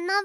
の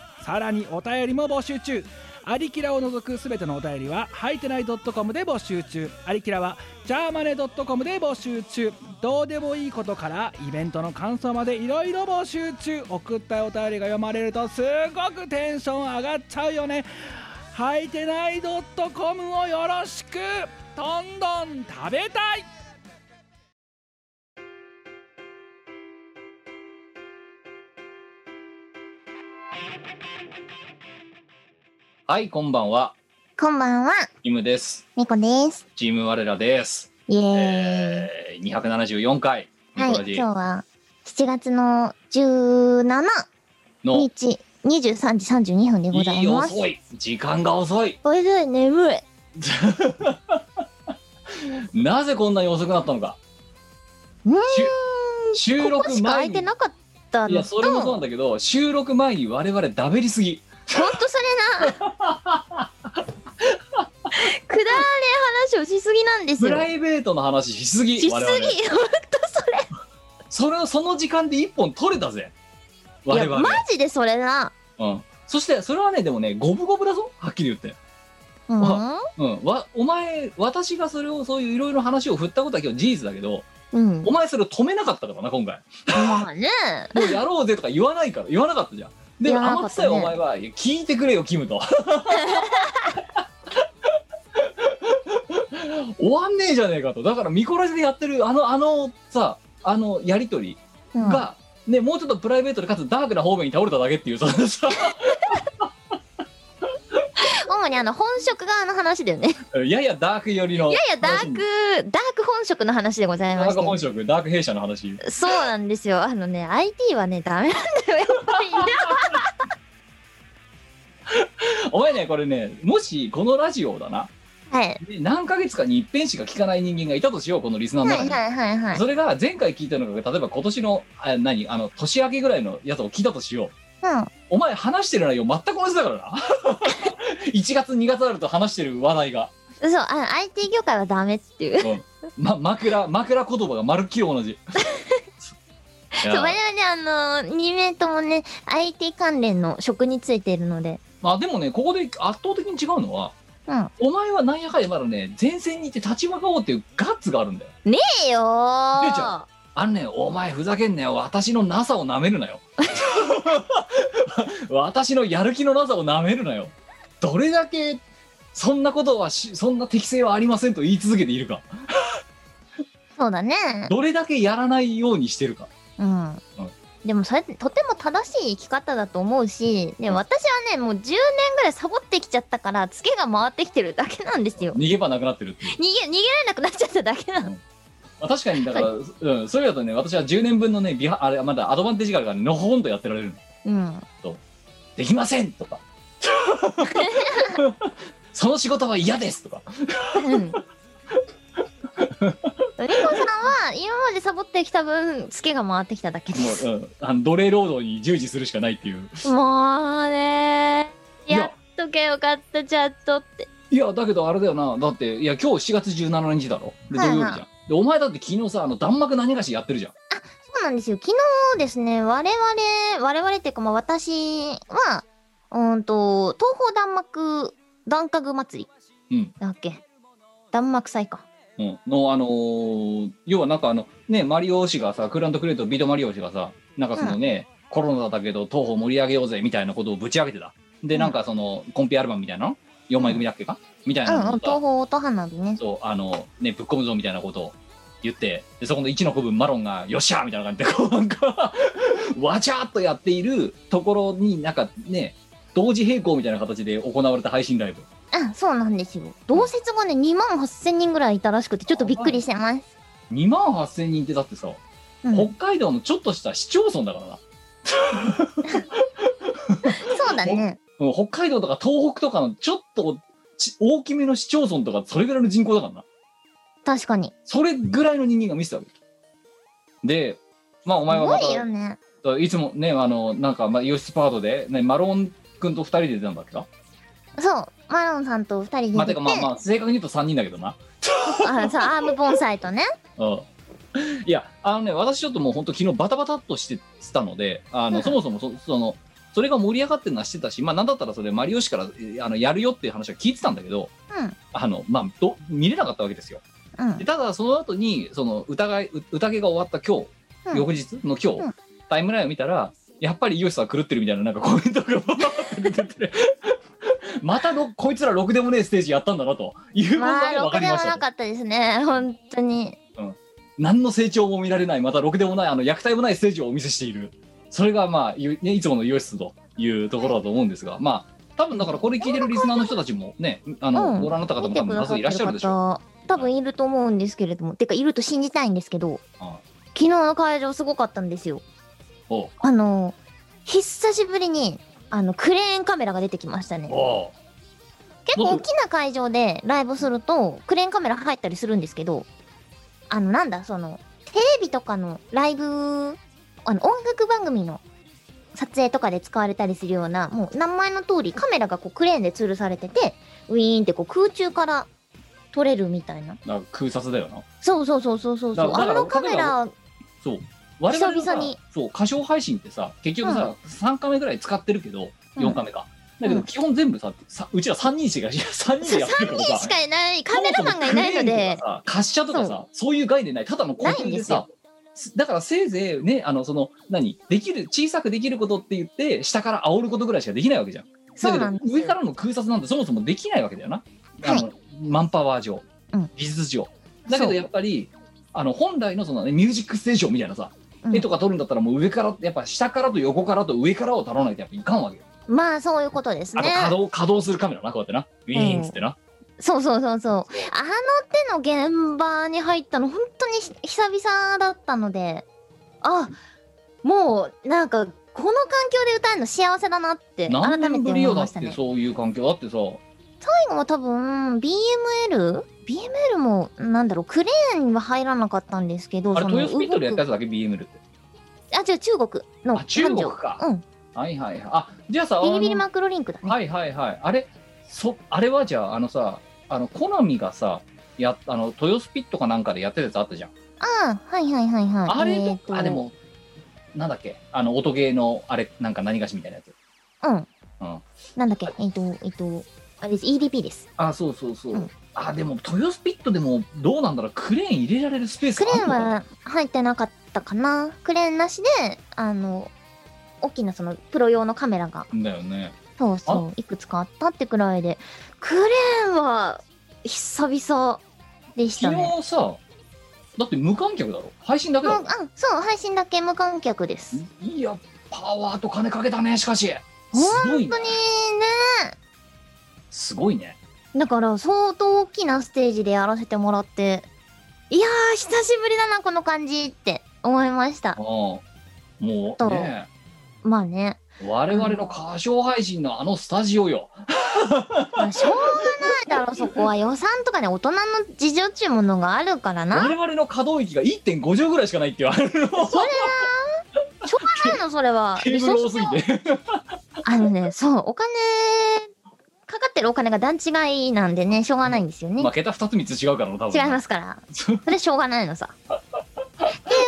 さらにお便りも募集中アリキラを除くすべてのお便りは、はいてない .com で募集中。アリキラは、ジャーマネ .com で募集中。どうでもいいことから、イベントの感想までいろいろ募集中。送ったお便りが読まれると、すごくテンション上がっちゃうよね。はいてない .com をよろしくどんどん食べたいはい、こんばんは。こんばんはチームです。猫ですチーム我らです。イエーイ、えー、274回、ニコはラいジ今日は7月の17の、日23時32分でございいいます遅い。時間が遅い。おいで眠いなぜこんなに遅くなったのか。うーん収こ収こ録しか空前いに。てなかったいのや、とそれもそうなんだけど、収録前に我々ダベりすぎ。ほんとそれな くだらねえ話をしすぎなんですプよライベートの話しすぎ。しすぎ我々ほんとそれそれをその時間で一本取れたぜ。い我や々。マジでそれなうん。そして、それはね、でもね、五分五分だぞ。はっきり言って。うんうん。わ、お前、私がそれをそういういろいろ話を振ったことは今日事実だけど、うんお前それを止めなかったからな、今回。まあねもうやろうぜとか言わないから、言わなかったじゃん。で言も、わな甘かくったさいねお前は、いや聞いてくれよ、キムと。 終わんねえじゃねえかと。だから、ミコラジでやってる、あの、あの、さ、あの、やりとりうんが、ね、もうちょっとプライベートでかつダークな方面に倒れただけっていう、そのさ、主にあの本職側の話だよね。ややダーク寄りの。いやいやダーク、ダーク本職の話でございまダーしク本て。職、ダーク弊社の話。そうなんですよ。あのね、IT はね、ダメなんだよ。やっぱりね。お前ね、これね、もし、このラジオだな、はい。で何ヶ月かに一遍しか聞かない人間がいたとしよう、このリスナーのは中いに。はいはいはい。それが前回聞いたのが例えば今年のあ何あの年明けぐらいのやつを聞いたとしよううん。お前話してる内容全く同じだからな 1月2月あると話してる話題が、そう、あの IT 業界はダメっていう。ま、枕枕言葉がまるっきり同 じいそう、や我々あの、2名ともね、IT 関連の職についているので。まあでもねここで圧倒的に違うのはうん。ねお前はなんやかんやまだね前線に行って立ち向かおうっていうガッツがあるんだよえよー出ちゃあのねお前ふざけんなよ私の NASA をなめるなよ 私のやる気のなさをなめるなよどれだけそんなことはしそんな適性はありませんと言い続けているかそうだね。どれだけやらないようにしてるかうん。でもそれってとても正しい生き方だと思うし、でうん私はね、もう10年ぐらいサボってきちゃったから、ツケが回ってきてるだけなんですよ。逃げ場なくなってるっていう逃げ逃げられなくなっちゃっただけなの。まあ確かにだから、うん、そういうだとね私は10年分のねビハあれまだアドバンテージがあるからのほほんとやってられるうのん。できませんとか その仕事は嫌ですとかうん。リコさんは今までサボってきた分ツケが回ってきただけでもす。う、うん、あの奴隷労働に従事するしかないっていうもうねいややっとけよかったチャットって。いや、だけどあれだよな。だって、いや、今日7月17日だろ。で、土はい曜はい日じゃん。で、お前だって昨日さ、あの、弾幕何がしやってるじゃん。そうなんですよ。昨日ですね、我々、我々っていうかまあ私は、うーんと、東方弾幕、弾家具祭り。うんだっけ弾幕祭か。うん。の、あのー要はなんかあの、ね、マリオ氏がさ、クラントクレート、ビートマリオ氏がさ、なんかそのね、コロナだけど、東方盛り上げようぜ、みたいなことをぶち上げてた。で、なんかその、コンピアルバムみたいなの ?4 枚組だっけかみたいうんうんな、のを東さ、方音花火ね。そう、あの、ね、ぶっ込むぞ、みたいなことを言って、で、そこの1の子分、マロンが、よっしゃーみたいな感じで、こう、なんか、わちゃーっとやっているところになんかね、同時並行みたいな形で行われた配信ライブ。あ、そうなんですよ。同説がね、2万8000人ぐらいいたらしくて、ちょっとびっくりしてます。 2万8000人ってだってさ、うん、そ北海道のちょっとした市町村だからな。うだね。もう北海道とか東北とかのちょっとち大きめの市町村とかそれぐらいの人口だからな確かに。それぐらいの人間が見せたわけでまあおす前はごまいよね。たいつもねあのなんかまあイオシスパートで、ね、マロン君と2人で出たんだっけなそう。マロンさんと二人まあでて出て、かまあまあ正確に言うと3人だけどなあ、そう、アーム盆栽とね。うんいやあのね私ちょっともう本当昨日バタバタっとしてたのであの、うんそもそもそそのそれが盛り上がってるのはしてたしまあなんだったらそれマリオ氏からえーあのやるよっていう話は聞いてたんだけどうん。あのまあど見れなかったわけですようんで。ただその後にその疑いう宴が終わった今日、うん翌日の今日、うんタイムラインを見たらやっぱりイオシスは狂ってるみたいななんかコメントがバーって出てて またろこいつらろくでもねえステージやったんだなということまあ、がろ分かくりでまもしたなとかったですね。本当に。何の成長も見られないまたろくでもないあの虐待もないステージをお見せしているそれがまあゆねいつものイオシスというところだと思うんですがまあ多分だからこれ聞いてるリスナーの人たちもねあの、うんご覧になった方見もて多く分だ多さっ数ていらっしゃるるでしょう方、多分いると思うんですけれども。てか、いると信じたいんですけど、あ昨日の会場すごかったんですよ。おうあの、久しぶりに、あの、クレーンカメラが出てきましたね。おう結構大きな会場でライブするとクレーンカメラ入ったりするんですけどあのなんだそのテレビとかのライブあの音楽番組の撮影とかで使われたりするようなもう名前の通りカメラがこうクレーンで吊るされててウィーンってこう空中から撮れるみたいななんか空撮だよなそうそうそうそうそうそうだかあらだからのカメラそう我々は久さ々にそう歌唱配信ってさ結局さ、3回目ぐらい使ってるけどうん4回目か、だけうどん基本全部ささうちら3人しか3人でやってるからさ3人しかいないカメラマンがいないのでそもそもクレーンとかさ滑車とかさそういう概念ないただの固定でないさすだからせいぜいねあのその何できる小さくできることって言って下から煽ることぐらいしかできないわけじゃんそうなんでだけどす上からの空撮なんてそもそもできないわけだよな、あのマンパワー上、うん技術上だけそどうやっぱりあの本来のその、ね、ミュージックステーションみたいなさ、うん絵とか撮るんだったらもう上からやっぱ下からと横からと上からを撮らないとやっぱいかんわけよ、まあそういうことですあとね稼働稼働するカメラなこうやってなウィーンっつってな、そうそうそうそう。あの手の現場に入ったの、本当にひ久々だったので、あ、もう、なんか、この環境で歌えるの幸せだなって、改何め年てぶ思りいよだまっしたてね。そういう環境だってさ最後も多分、BML?BML も、なんだろう、クレーンは入らなかったんですけど、あれの豊洲ピットでやった動やつだけ BM ルってくあ、じゃあ中国のあ中国繁か盛うん。はいはいはいあじゃあさビリビリあのマクロリンクだね。はいはいはいあれそあれはじゃああのさあのコナミがさやあの豊洲ピットかなんかでやってたやつあったじゃんああ、はいはいはいはい。あれと、えーとあで。もなんだっけあの音ゲーのあれなんか何がしみたいなやつうん。うんなんだっけえっと、えっと、あれです。EDP です。あそうそうそう、うんあでも豊洲ピットでもどうなんだろうクレーン入れられるスペースクレあーるンのかなは入ってなかったかなクレーンなしであの大きなそのプロ用のカメラがだよねそうそういくつかあったってくらいでクレーンは久々でした昨ね日さだって無観客だろ配信だけもだうろあそう配信だけ無観客ですいや、パワーと金かけたね、しかし。本すご当いにねね。すごいね。だから相当大きなステージでやらせてもらっていやー久しぶりだなこの感じって思いましあたあもうとね、まあね我々の歌唱配信のあのスタジオよ。まあしょうがないだろそこは予算とかね大人の事情っちゅうものがあるからな我々の可動域が1.5畳ぐらいしかないって言われるの。それは、しょうがないの、それは。ケーブル多すぎて。あのね、そう、お金、かかってるお金が段違いなんでね、しょうがないんですよね まあ、。桁2つ3つ違うからな、多分。違いますから。そう。それしょうがないの さ。ってい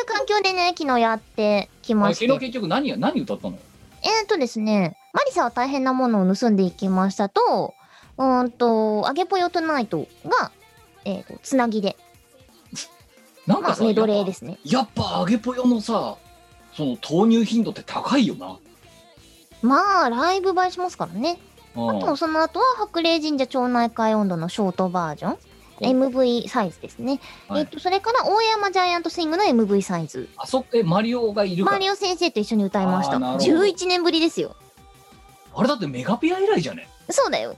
う環境でね、昨日やってきあまれし昨て。日結局何や、何歌ったのえーとですね、マリサは大変なものを盗んでいきましたと、うーんと、あげぽよトナイトが、えーと、つなぎで、なんまかあ、さ、メドレーやでっすね。ぱやっぱ揚げぽよのさ、その投入頻度って高いよな。まあ、ライブ映えしますからね。うんでもその後は白麗神社町内会温度のショートバージョンお MV サイズですね、はいえっとそれから大山ジャイアントスイングの MV サイズあそこ、え、マリオがいるかマら。リオ先生と一緒に歌いましたあーなるほど11年ぶりですよあれだってメガピア以来じゃねそうだよ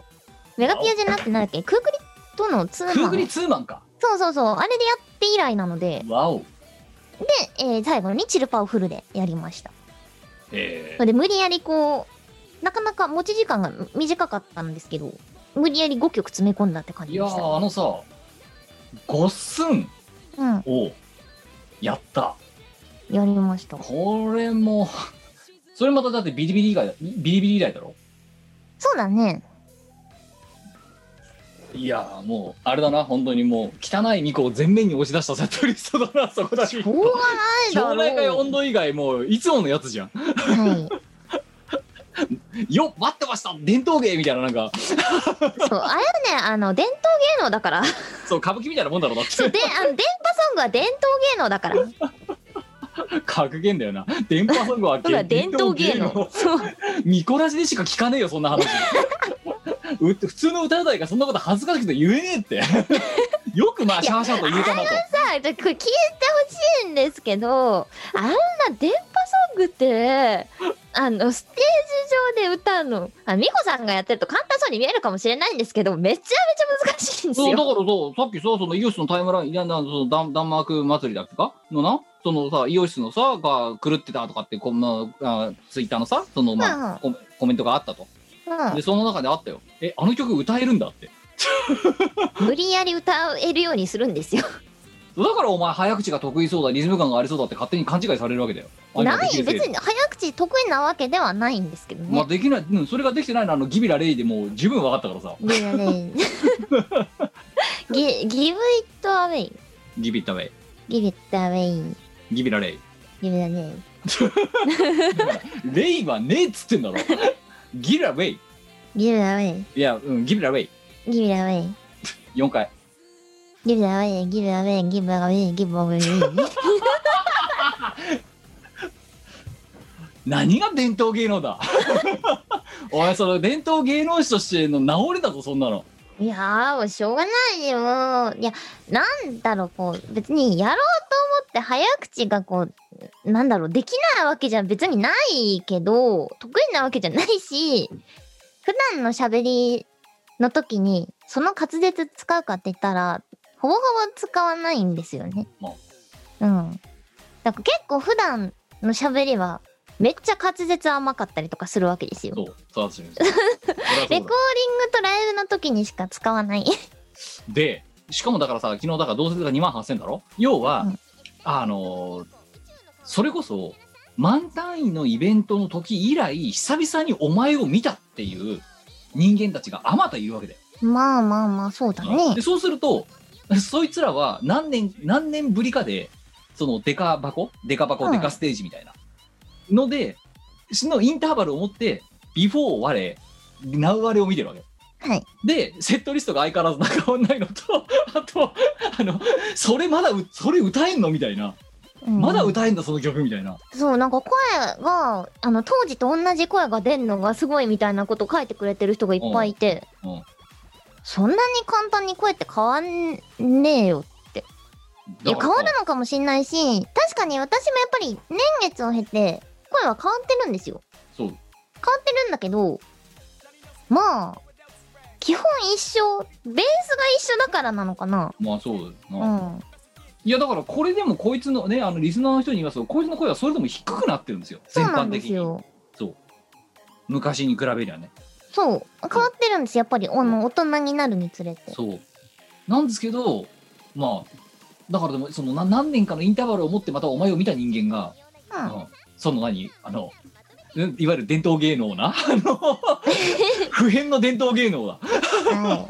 メガピアじゃなくてなんだっけクークリとのツクーマーングリツーマンか。そうそうそうあれでやって以来なのでわお。で、えー最後にチルパをフルでやりましたえそれで無理やりこうなかなか持ち時間が短かったんですけど、無理やり5曲詰め込んだって感じいでやした。ーあのさごっすんうん、をやったやりました。これも それまただってビリビリ以外だビリビリ以来だろそうだね。いやーもうあれだな本当にもう汚い巫女を全面に押し出したセットリストだなそこだししょうがないだろう。町内会温度以外もういつものやつじゃんはい。よっ待ってました伝統芸みたいななんかそう、あれはね、あの、伝統芸能だから。 そう歌舞伎みたいなもんだろうだっそう、てで、あの、電波ソングは伝統芸能だから。格言だよな電波ソングはだから伝統芸能。そう。見こなしでしか聞かねえよそんな話 う普通の歌うたいがそんなこと恥ずかしくて言えねえって よくまあシャーシャーと言うたなとさあ、じゃあこれ聞いてほしいんですけど、あんな電波ソングって、あの、ステージ上で歌うの、あ、美穂さんがやってると簡単そうに見えるかもしれないんですけど、めちゃめちゃ難しいんですそうだよ。からそうさっきさそのイオシスのタイムラインいやなそのダンダンマーク祭りだっけかのなそのさイオシスのさが狂ってたとかってこんなあツイッターのさそのまあ、コメコメントがあったとでその中であったよえあの曲歌えるんだってうん。無理やり歌えるようにするんですよ。だからお前早口が得意そうだリズム感がありそうだって勝手に勘違いされるわけだよあ今なできい、るせいで別に早口得意なわけではないんですけどまあね。できない、うん、それができてないのはあのギビラレイでもう十分分かったからさで ね、ギギブイットアウェイ。ギビッタウェイギブイットアウェイ。ギビラレイギブだね。レイはねえっつって んだろギビラウェイギブだウェイ。いや、うん、ギビラウェイギブだウェイ。 4回ギブだウェイ。ギブだウェイ。ギブだウェイ。ギブだウェイ。何が伝統芸能だ お前その伝統芸能師としての名折れだぞそんなのいやーもうしょうがないよ。いや、なんだろう、こう、別にやろうと思って早口がこう、なんだろう、できないわけじゃ別にないけど、得意なわけじゃないし、普段の喋りの時に、その滑舌使うかって言ったら、ほぼほぼ使わないんですよね。まうん。だから結構普段の喋りは、めっちゃ滑舌甘かったりとかするわけですよ。そうそう そうそうそりレゃコーディンそうグだとライブの時にしか使わない。でしかもだからさ昨日だから同説が2万8000だろ要は、うんあのーそれこそ満単位のイベントの時以来久々にお前を見たっていう人間たちがあまたいるわけだよ まあまあまあ、そうだねで。そうするとそいつらは何年何年ぶりかでそのデカ箱デカ箱、うんデカステージみたいなのでそのインターバルを持ってビフォーを我ナウ我を見てるわけはい。でセットリストが相変わらずなんか変わんないのと あとあのそれまだうそれ歌えんのみたいな、うんまだ歌えんだその曲みたいなそう、なんか声が、あの、当時と同じ声が出んのがすごいみたいなこと書いてくれてる人がいっぱいいて、うんうんそんなに簡単に声って変わんねえよ。いだや、から変わるのかもしんないし、確かに私もやっぱり年月を経て、声は変わってるんですよ。そう変わってるんだけど、まあ、基本一緒、ベースが一緒だからなのかな。まあそううだよん。な、いやだからこれでもこいつのねあのリスナーの人に言いますとこいつの声はそれでも低くなってるんですよそ全うな般んで的すによ。昔に比べりゃねそう。変わってるんですよ。やっぱり、あの、大人になるにつれて。そうなんですけどまあだからでもそのな何年かのインターバルを持ってまたお前を見た人間が、うん。うんその何あのうんいわゆる伝統芸能なあ の普遍の伝統芸能だは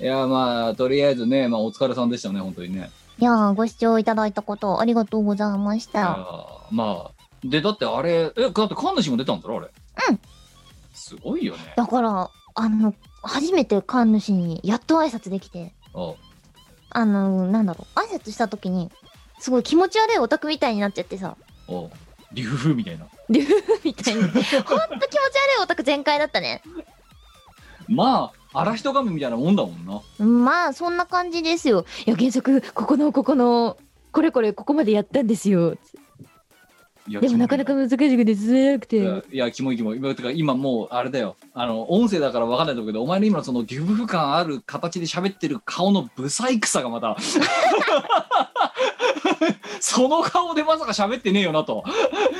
いやまあとりあえずね、まあ、お疲れさんでしたね本当にねい。いやーご視聴いただいたことありがとうございましいやた。まあでだってあれえだって神主も出たんだろあれうんすごいよねだから、あの、初めて神主にやっと挨拶できて、ああの、なんだろう、挨拶した時に、すごい気持ち悪いオタクみたいになっちゃってさ、あ竜風みたいなみ たいに。ほんと気持ち悪いオタク全開だったね。まあ荒人神みたいなもんだもんなまあ、そんな感じですよ。いや、原則、ここの、ここの、これこれ、ここまでやったんですよ。いやでも、なかなか難しくて進めなくて。いや、キモいキモい。今、てか今もう、あれだよ。あの、音声だから分かんないと思うけど、お前の今のその、ギュブフ感ある形で喋ってる顔のブサイクさがまた、 その顔でまさか喋ってねえよなと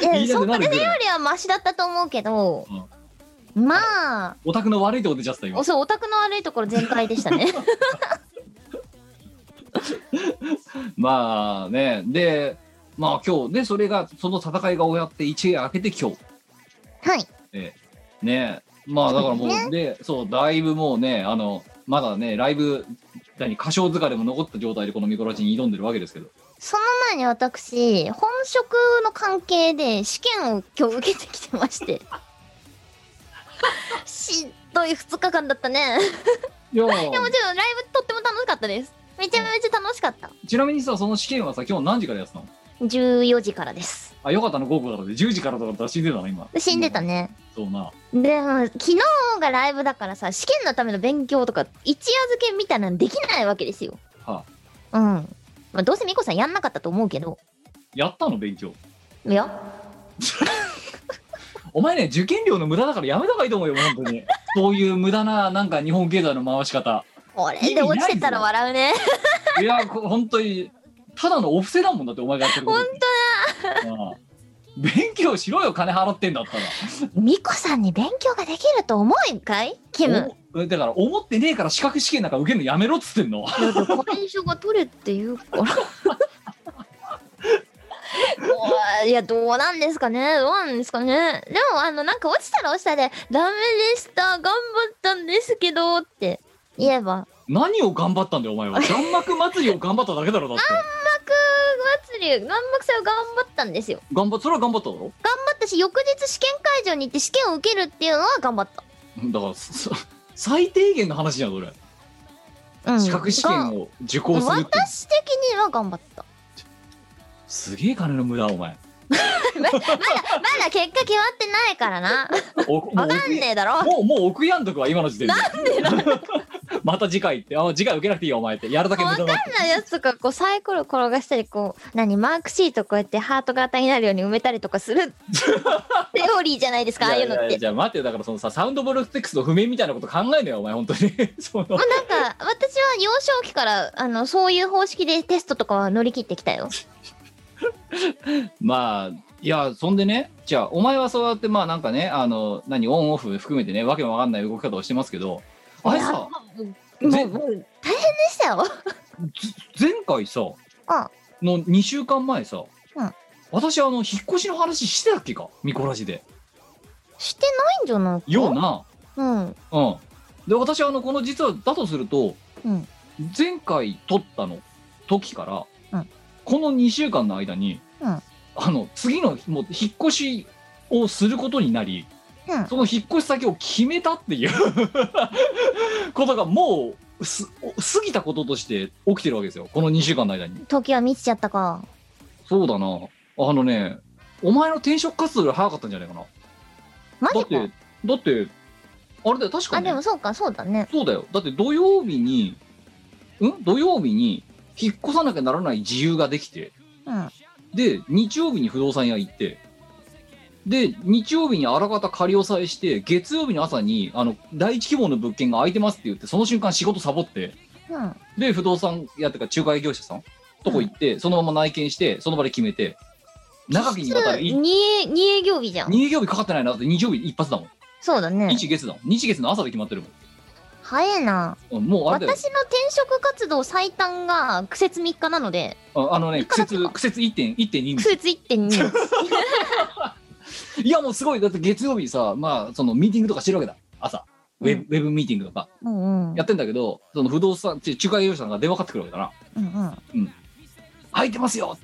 いや言いたそくんななよるぐらいりはマシだったと思うけど、まあオタクの悪いとこ出ちゃってた今おそうオタクの悪いところ全開でした ねまあねでまあ今日ねそれがその戦いが終わって一夜明けて今日はいねまあだからもうねでそうだいぶもうねあのまだねライブ何歌唱疲れも残った状態でこのミコラジに挑んでるわけですけどその前に私本職の関係で試験を今日受けてきてまして しんどい2日間だったねいやいやもちろんライブとっても楽しかったですめちゃめちゃ楽しかったちなみにさその試験はさ今日何時からやってたの14時からですあよかったの午後だからで10時からとかだったら死んでたの今死んでたねそうなでも昨日がライブだからさ試験のための勉強とか一夜漬けみたいなのできないわけですよはあうんまあどうせみこさんやんなかったと思うけどやったの勉強いやお前ね受験料の無駄だからやめた方がいいと思うよ本当にそういう無駄ななんか日本経済の回し方これで落ちてたら笑うねいやこ本当にただのお布施だもんだってお前がやってること本当だ勉強しろよ金払ってんだったらみこさんに勉強ができると思うんかいキムおだから思ってねえから資格試験なんか受けるのやめろっつってんの会社が取れって言うから いやどうなんですかねどうなんですかねでもあのなんか落ちたら落ちたで「ダメでした頑張ったんですけど」って言えば何を頑張ったんだよお 前は弾幕祭りを頑張っただけだろだって「南幕祭り南幕祭を頑張ったんですよ頑張っそれは頑張っただろ頑張ったし翌日試験会場に行って試験を受けるっていうのは頑張っだからそ最低限の話じゃんそれた、うん、資格試験を受講するって私的には頑張ったすげえ金の無駄お前まだまだまだ結果決まってないからなおもわうかんねえだろもうもう奥やんとくわ今の時点で なんでまた次回ってあ次回受けなくていいよお前ってやるだけ無駄だって変なやつとかこうサイコロ転がしたりこう何マークシートこうやってハート型になるように埋めたりとかす るテオリーじゃないですかああいうのっいやいやてじゃあ待ってよだからそのさサウンドボルテックスの譜面みたいなこと考えんのよお前本当に そのもうなんか私は幼少期からあのそういう方式でテストとかは乗り切ってきたよまあいやそんでねじゃあお前はそうやってまあなんかねあの何オンオフ含めてねわけもわかんない動き方をしてますけどあれさもうぜもう大変でしたよ前回さあの2週間前さ、うん私あの引っ越しの話してたっけかミコラジでしてないんじゃないかようなうんうんで私あのこの実はだとするとうん前回撮ったの時から、うんこの2週間の間に、うんあの次のもう引っ越しをすることになり、うんその引っ越し先を決めたっていう ことがもうす過ぎたこととして起きてるわけですよこの2週間の間に時は満ちちゃったかそうだなあのねお前の転職活動より早かったんじゃないかなマだジっかてだってあれだよ確かあにね、でもそうかそうだねそうだよだって土曜日にん土曜日に引っ越さなきゃならない自由ができてうんで日曜日に不動産屋行ってで日曜日にあらかた仮押さえして月曜日の朝にあの第一希望の物件が空いてますって言ってその瞬間仕事サボってうんで不動産屋っていうか仲介業者さんとこ行って、そのまま内見してその場で決めて長きにわたるい2営二営業日じゃん二営業日かかってないなって日曜日一発だもん、そうだね日月だもん日月の朝で決まってる早いなもんうんもうあれだよ私の転職活動最短が苦節3日なのでああのいね苦くら節苦節1.2苦節1.2日 いやもうすごいだって月曜日さまあそのミーティングとかしてるわけだ朝ウェブ,、ウェブミーティングとかうんうんやってんだけどその不動産ち仲介業者さんが電話かかってくるわけだなうんうん「空いてますよ!」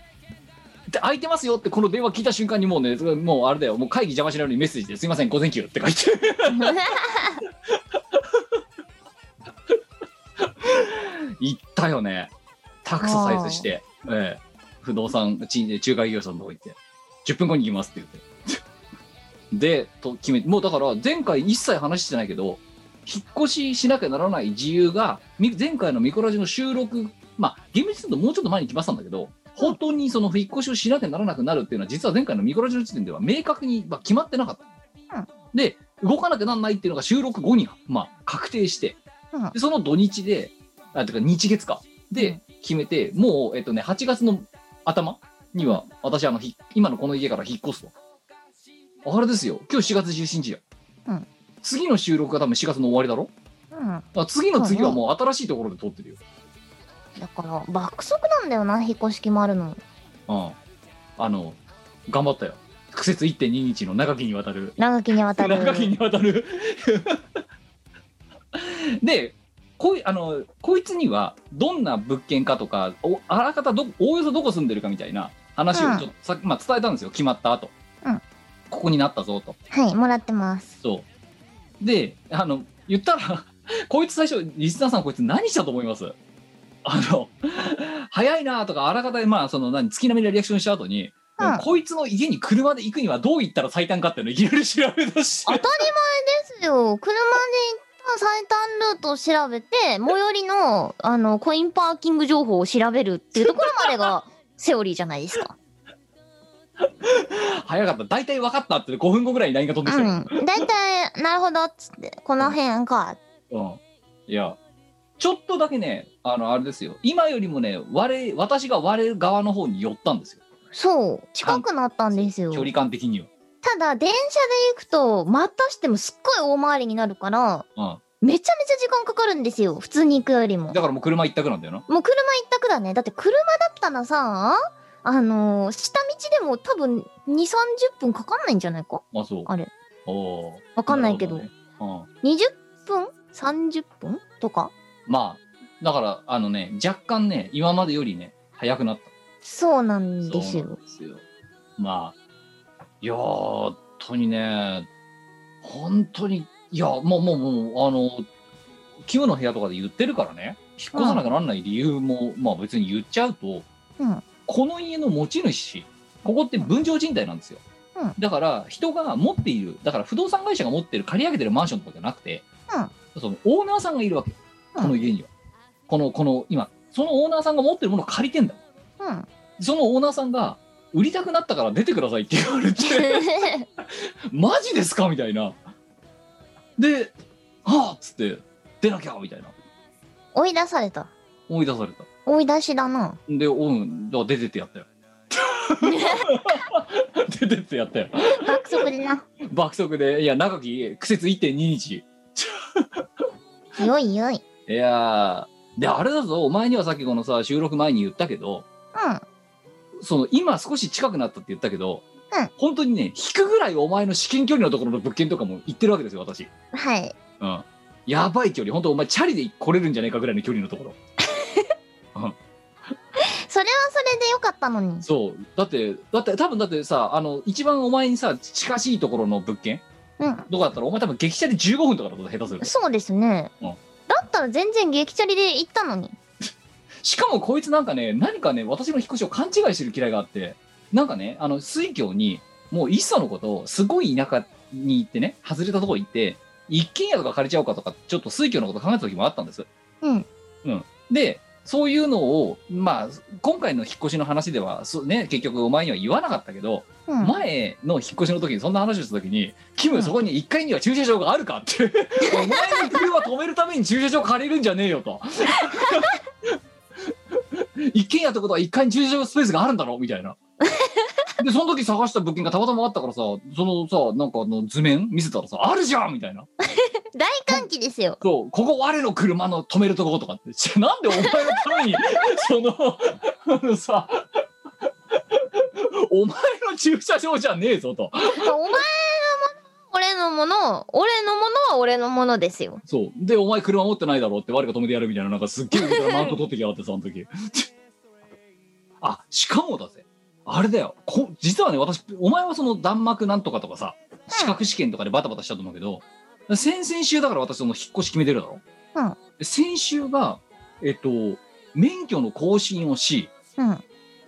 で空いてますよってこの電話聞いた瞬間にもうねもうあれだよもう会議邪魔しないようにメッセージで「すいません午前休」って書いて行ったよねタクササイズして、ええ、不動産ち仲介業者のとこ行って「10分後に行きます」って言ってでと決めて もうだから前回一切話してないけど引っ越ししなきゃならない自由がみ前回のミコラジの収録まあ厳密に言うともうちょっと前に来ましたんだけど本当にその引っ越しをしなきゃならなくなるっていうのは実は前回のミコラジの時点では明確に、まあ、決まってなかった、うんで動かなきゃなんないっていうのが収録後に、まあ、確定して、うんでその土日であてか日月かで決めて、もうえっとね8月の頭には、私あのひ今のこの家から引っ越すとあれですよ今日4月17日や、うん次の収録が多分4月の終わりだろうん。あ次の次はもう新しいところで撮ってるよ、だから、爆速なんだよな、引っ越し決まるの。うん、あの頑張ったよ苦節1.2日の長きにわたる長きにわたる。長きにわたる でこいあのこいつにはどんな物件かとかおあらかたどおおよそどこ住んでるかみたいな話をちょっと、さまあ、伝えたんですよ決まった後、うんここになったぞとはい、もらってます。そうであの言ったら こいつ最初リスナーさんこいつ何したと思いますあの早いなとかあらかたまあその何月並みでリアクションした後に、うんこいつの家に車で行くにはどう行ったら最短かっていうのをいきなり調べ出して当たり前ですよ。車で行った最短ルートを調べて、最寄りの、あの、コインパーキング情報を調べるっていうところまで が、セオリーじゃないですか。 早かった大体分かったって5分後ぐらいに LINE が飛んうできたよ、ん。だいたい、なるほど、っつって、この辺か。うんいやちょっとだけねあのあれですよ今よりもね我私が我側の方に寄ったんですよそう、近くなったんですよ。距離感的には、ただ、電車で行くと、またしてもすっごい大回りになるから、うめちゃめちゃ時間かかるんですよ。普通に行くよりもん、。だからもう車一択なんだよなもう車一択だね。だって車だったらさ、あのー下道でも多分2、30分かかんないんじゃないかあそうあれ。おーわかんないけど。るほどねうん ?20 分 ?30 分とかまあ、だから、あのね、若干ね、今までよりね、早くなった。そうなんですそうなんよ。ですよ。まあ、いやー、本当にね、本当に、いや、もう、もう、もう、あの、キムの部屋とかで言ってるからね、引っ越さなくならない理由も、まあ別に言っちゃうと、うんこの家の持ち主、ここって分譲賃貸なんですよ。うんだから、人が持っている、だから不動産会社が持ってる、借り上げてるマンションとかじゃなくて、そのオーナーさんがいるわけ。うんこの家には。この、この、今、そのオーナーさんが持ってるものを借りてんだ。うん。そのオーナーさんが、売りたくなったから出てくださいって言わ れて、マジですかみたいな。で、はあっつって、出なきゃみたいな。追い出された。思い出された。追い出しだな。 で、おうん、だから出てってやったよ。 出てってやったよ。爆速でな。爆速で、いや、長き、苦節1.2日。よいよい。いやー、で、あれだぞ、お前にはさっきこのさ、収録前に言ったけど、その今少し近くなったって言ったけど、うん本当にね引くぐらいお前の至近距離のところの物件とかも行ってるわけですよ私、うん。はい。うん、やばい距離本当お前チャリで来れるんじゃないかぐらいの距離のところそれはそれでよかったのに。そうだってだって多分だってさあの一番お前にさ近しいところの物件うん。とかだったらお前多分激チャリ15分とかだと下手するそうですね。うんだったら全然激チャリで行ったのに。しかもこいつなんかね何かね私の引っ越しを勘違いしてる嫌いがあってなんかねあの水郷にもういっそのことすごい田舎に行ってね外れたところ行って一軒家とか借りちゃおうかとかちょっと水郷のこと考えた時もあったんですうん。でそういうのをまあ今回の引っ越しの話ではそう、ね、結局お前には言わなかったけど、うん。前の引っ越しの時にそんな話をした時に「キうムんそこに1階には駐車場があるか?」って 「お前の車止めるために駐車場借りるんじゃねえよ」と「一軒家ってことは1階に駐車場スペースがあるんだろ?」みたいな。でその時探した物件がたまたまあったからさそのさなんかあの図面見せたらさ「あるじゃん!」みたいな大歓喜ですよ。そう、ここ我の車の止めるとことかって、 じゃなんでお前のために、 その、あのさ、お前の駐車場じゃねえぞと。お前のもの、俺のもの、俺のものは俺のものですよ。そう。で、お前車持ってないだろうって我が止めてやるみたいな、なんかすっげえ上からマウント取ってきやがってさ、あの時。 あ、しかもだぜ。あれだよ。こ実はね、私、お前はその弾幕なんとかとかさ、資格試験とかでバタバタしたと思うけど、先々週だから私その引っ越し決めてるだろ。うん先週が、えっと、免許の更新をし、う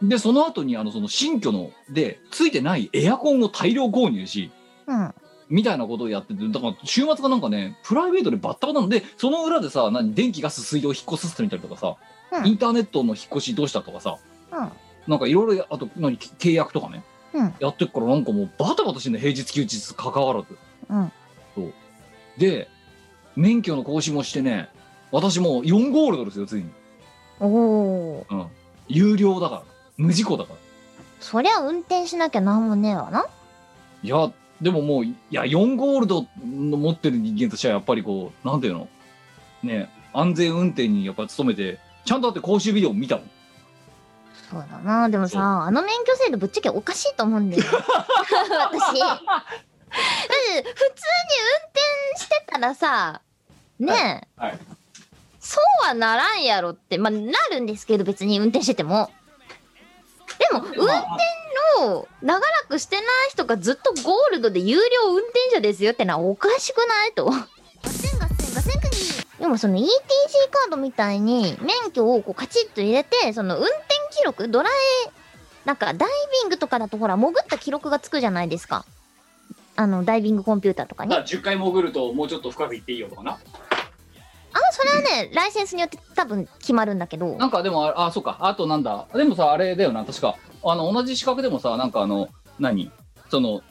ん。で、その後に、あの、その新居の、で、ついてないエアコンを大量購入し、うん。みたいなことをやってて、だから週末がなんかね、プライベートでバッタバタなんで、その裏でさ、何、電気、ガス、水道を引っ越させてみたりとかさ、うんインターネットの引っ越しどうしたとかさ、うんなんかいろいろ、あと、何、け契約とかね、うんやってっからなんかもうバタバタしてんの、平日休日関わらず。うんそう。で、免許の更新もしてね、私もう4ゴールドですよ、ついに。おお。うん。有料だから。無事故だからそりゃ運転しなきゃなんもねえわな。いやでももういや4ゴールドの持ってる人間としてはやっぱりこうなんていうのね安全運転にやっぱ努めてちゃんとだって講習ビデオ見たもんそうだな。でもそうさ、あの免許制度ぶっちゃけおかしいと思うんだよ。私。だって、普通に運転してたらさ、ねえ、はいはいそうはならんやろって、まあ、なるんですけど、別に運転してても。でも、運転を長らくしてない人がずっとゴールドで有料運転者ですよってのはおかしくないと。でもその ETC カードみたいに免許をこうカチッと入れてその運転記録ドライなんかダイビングとかだとほら潜った記録がつくじゃないですかあのダイビングコンピューターとかにあ10回潜るともうちょっと深くいっていいよとかなそれはねライセンスによって多分決まるんだけどなんかでもああそうかあとなんだでもさあれだよな確かあの同じ資格でもさなんかあの何その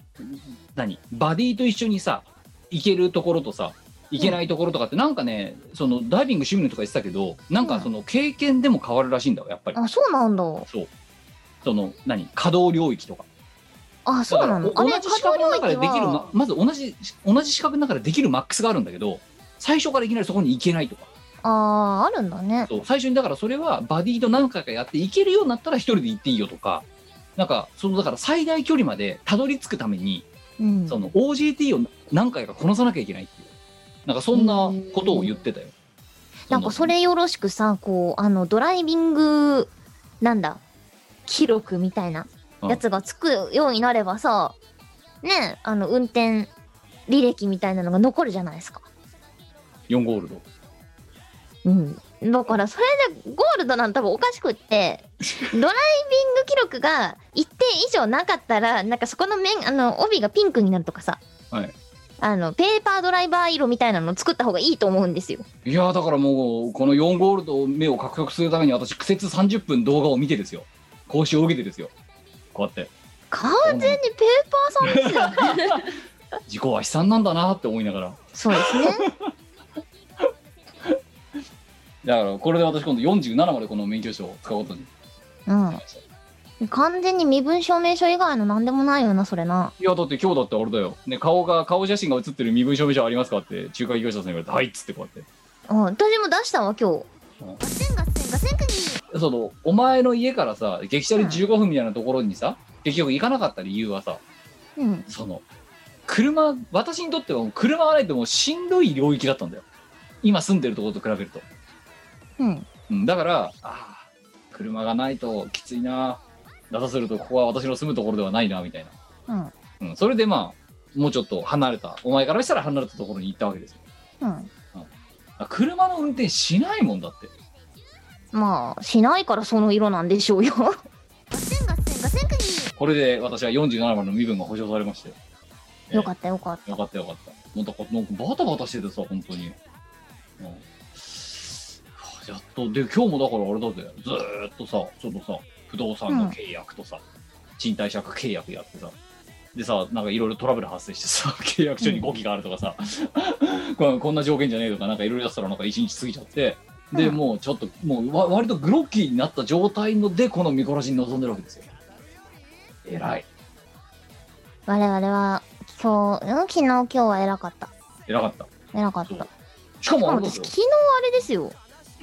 何バディと一緒にさ行けるところとさ行けないところとかって、なんかねそのダイビング趣味のとか言ってたけどなんうかんその経験でも変わるらしいんだわやっぱり、あそうなんだそうその何可動領域とかあそうなのだかあられ同可じ資動格領の中で域できるはままず同じ同じ資格の中でできるマックスがあるんだけど最初からいきなりそこに行けないとかあーあるんだねそう最初にだからそれはバディと何回かやって行けるようになったら一人で行っていいよとかなんかそのだから最大距離までたどり着くためにうんその OGT を何回かこなさなきゃいけないっていうなんかそんなことを言ってたよなんかそれよろしくさこうあのドライビングなんだ記録みたいなやつがつくようになればさ、ねえあの運転履歴みたいなのが残るじゃないですか。 4ゴールドうん、だからそれでゴールドなんて多分おかしくって ドライビング記録が1点以上なかったらなんかそこの面あの帯がピンクになるとかさ、はいあのペーパードライバー色みたいなの作った方がいいと思うんですよ。いやーだからもうこの4ゴールドを目を獲得するために私苦節30分動画を見てですよ講習を受けてですよこうやって完全にペーパーさんですよね。 事故は悲惨なんだなって思いながらそうですね。だからこれで私今度47までこの免許証を使うことにうん。完全に身分証明書以外の何でもないよな、それな。いや、だって今日だってあれだよ。ね、顔が、顔写真が写ってる身分証明書ありますかって、仲介業者さんに言われて、はいっつってこうやっうん、私も出したわ、今日。うんガセンガセンガセンクニーて。その、お前の家からさ、激車で15分みたいなところにさ、結局行かなかった理由はさ、うん。その、車、私にとってはもう車がないともうしんどい領域だったんだよ。今住んでるところと比べると。うん。うん、だから、あー車がないときついな。だとすると、ここは私の住むところではないな、みたいな。うん。うん、それでまあ、もうちょっと離れた、お前からしたら離れたところに行ったわけですよ。うん。あ車の運転しないもんだって。まあ、しないからその色なんでしょうよ。ガセンガセンガセンクニーこれで私は47番の身分が保障されまして。ええよかったよかった。よかったよかった。もうだからなんかバタバタしててさ、本当に。うんはあやっと、で、今日もだからあれだぜ、ずーっとさ、ちょっとさ、不動産の契約とさ、賃貸借契約やってさ、でさ、なんかいろいろトラブル発生してさ、 契約書に5期があるとかさ、 こんこんな条件じゃねえとか、なんかいろいろやってたらなんか1日過ぎちゃって、で、うんもうちょっと、もうわ割とグロッキーになった状態ので、この見殺しに臨んでるわけですよ。偉い。我々は、今日、うん、昨日、今日は偉かった。偉かった。偉かっそうた。しかもあれで私、すよ昨。日あれですよ。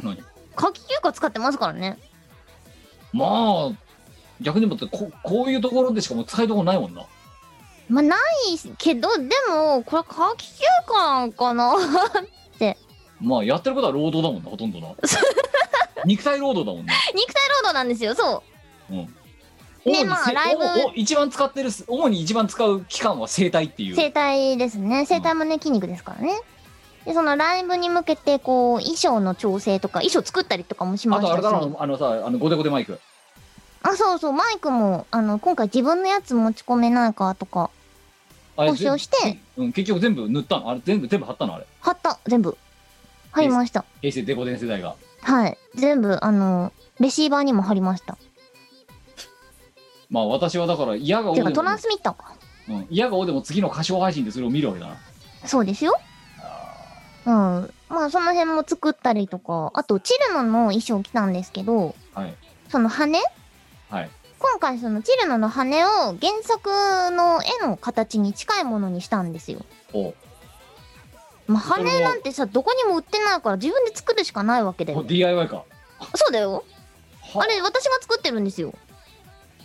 何夏季休暇使ってますからね。まあ逆にもってここういうところでしかもう使いどころないもんなまあ、ないけど、でも、これ夏季休暇なんかな。 まあやってることは労働だもんなほとん どな肉体労働だもんな、肉体労働なんですよ、そう。うんね主にまあせライブおお一番使ってるす主に一番使う期間は整体っていう生体ですね生体もね筋肉ですからねでそのライブに向けてこう衣装の調整とか衣装作ったりとかもしまあしとたあれだなあしのあのさあのゴテゴテマイクあそうそうマイクもあの今回自分のやつ持ち込めないかとかあれ交渉して、うん、結局全部塗ったのあれ全部全部貼ったのあれ貼った全部貼りました平成デコデン世代がはい全部あのレシーバーにも貼りましたまあ私はだから嫌がおてでいうもかトランスミッターかうん嫌がおでも次の歌唱配信でそれを見るわけだなそうですようんまあその辺も作ったりとかあとチルノの衣装着たんですけどはいその羽はい。今回そのチルノの羽を原作の絵の形に近いものにしたんですよ。おまあ、羽なんてさどこにも売ってないから自分で作るしかないわけだおよ。 DIY か。そうだよ。はあれ私が作ってるんですよ。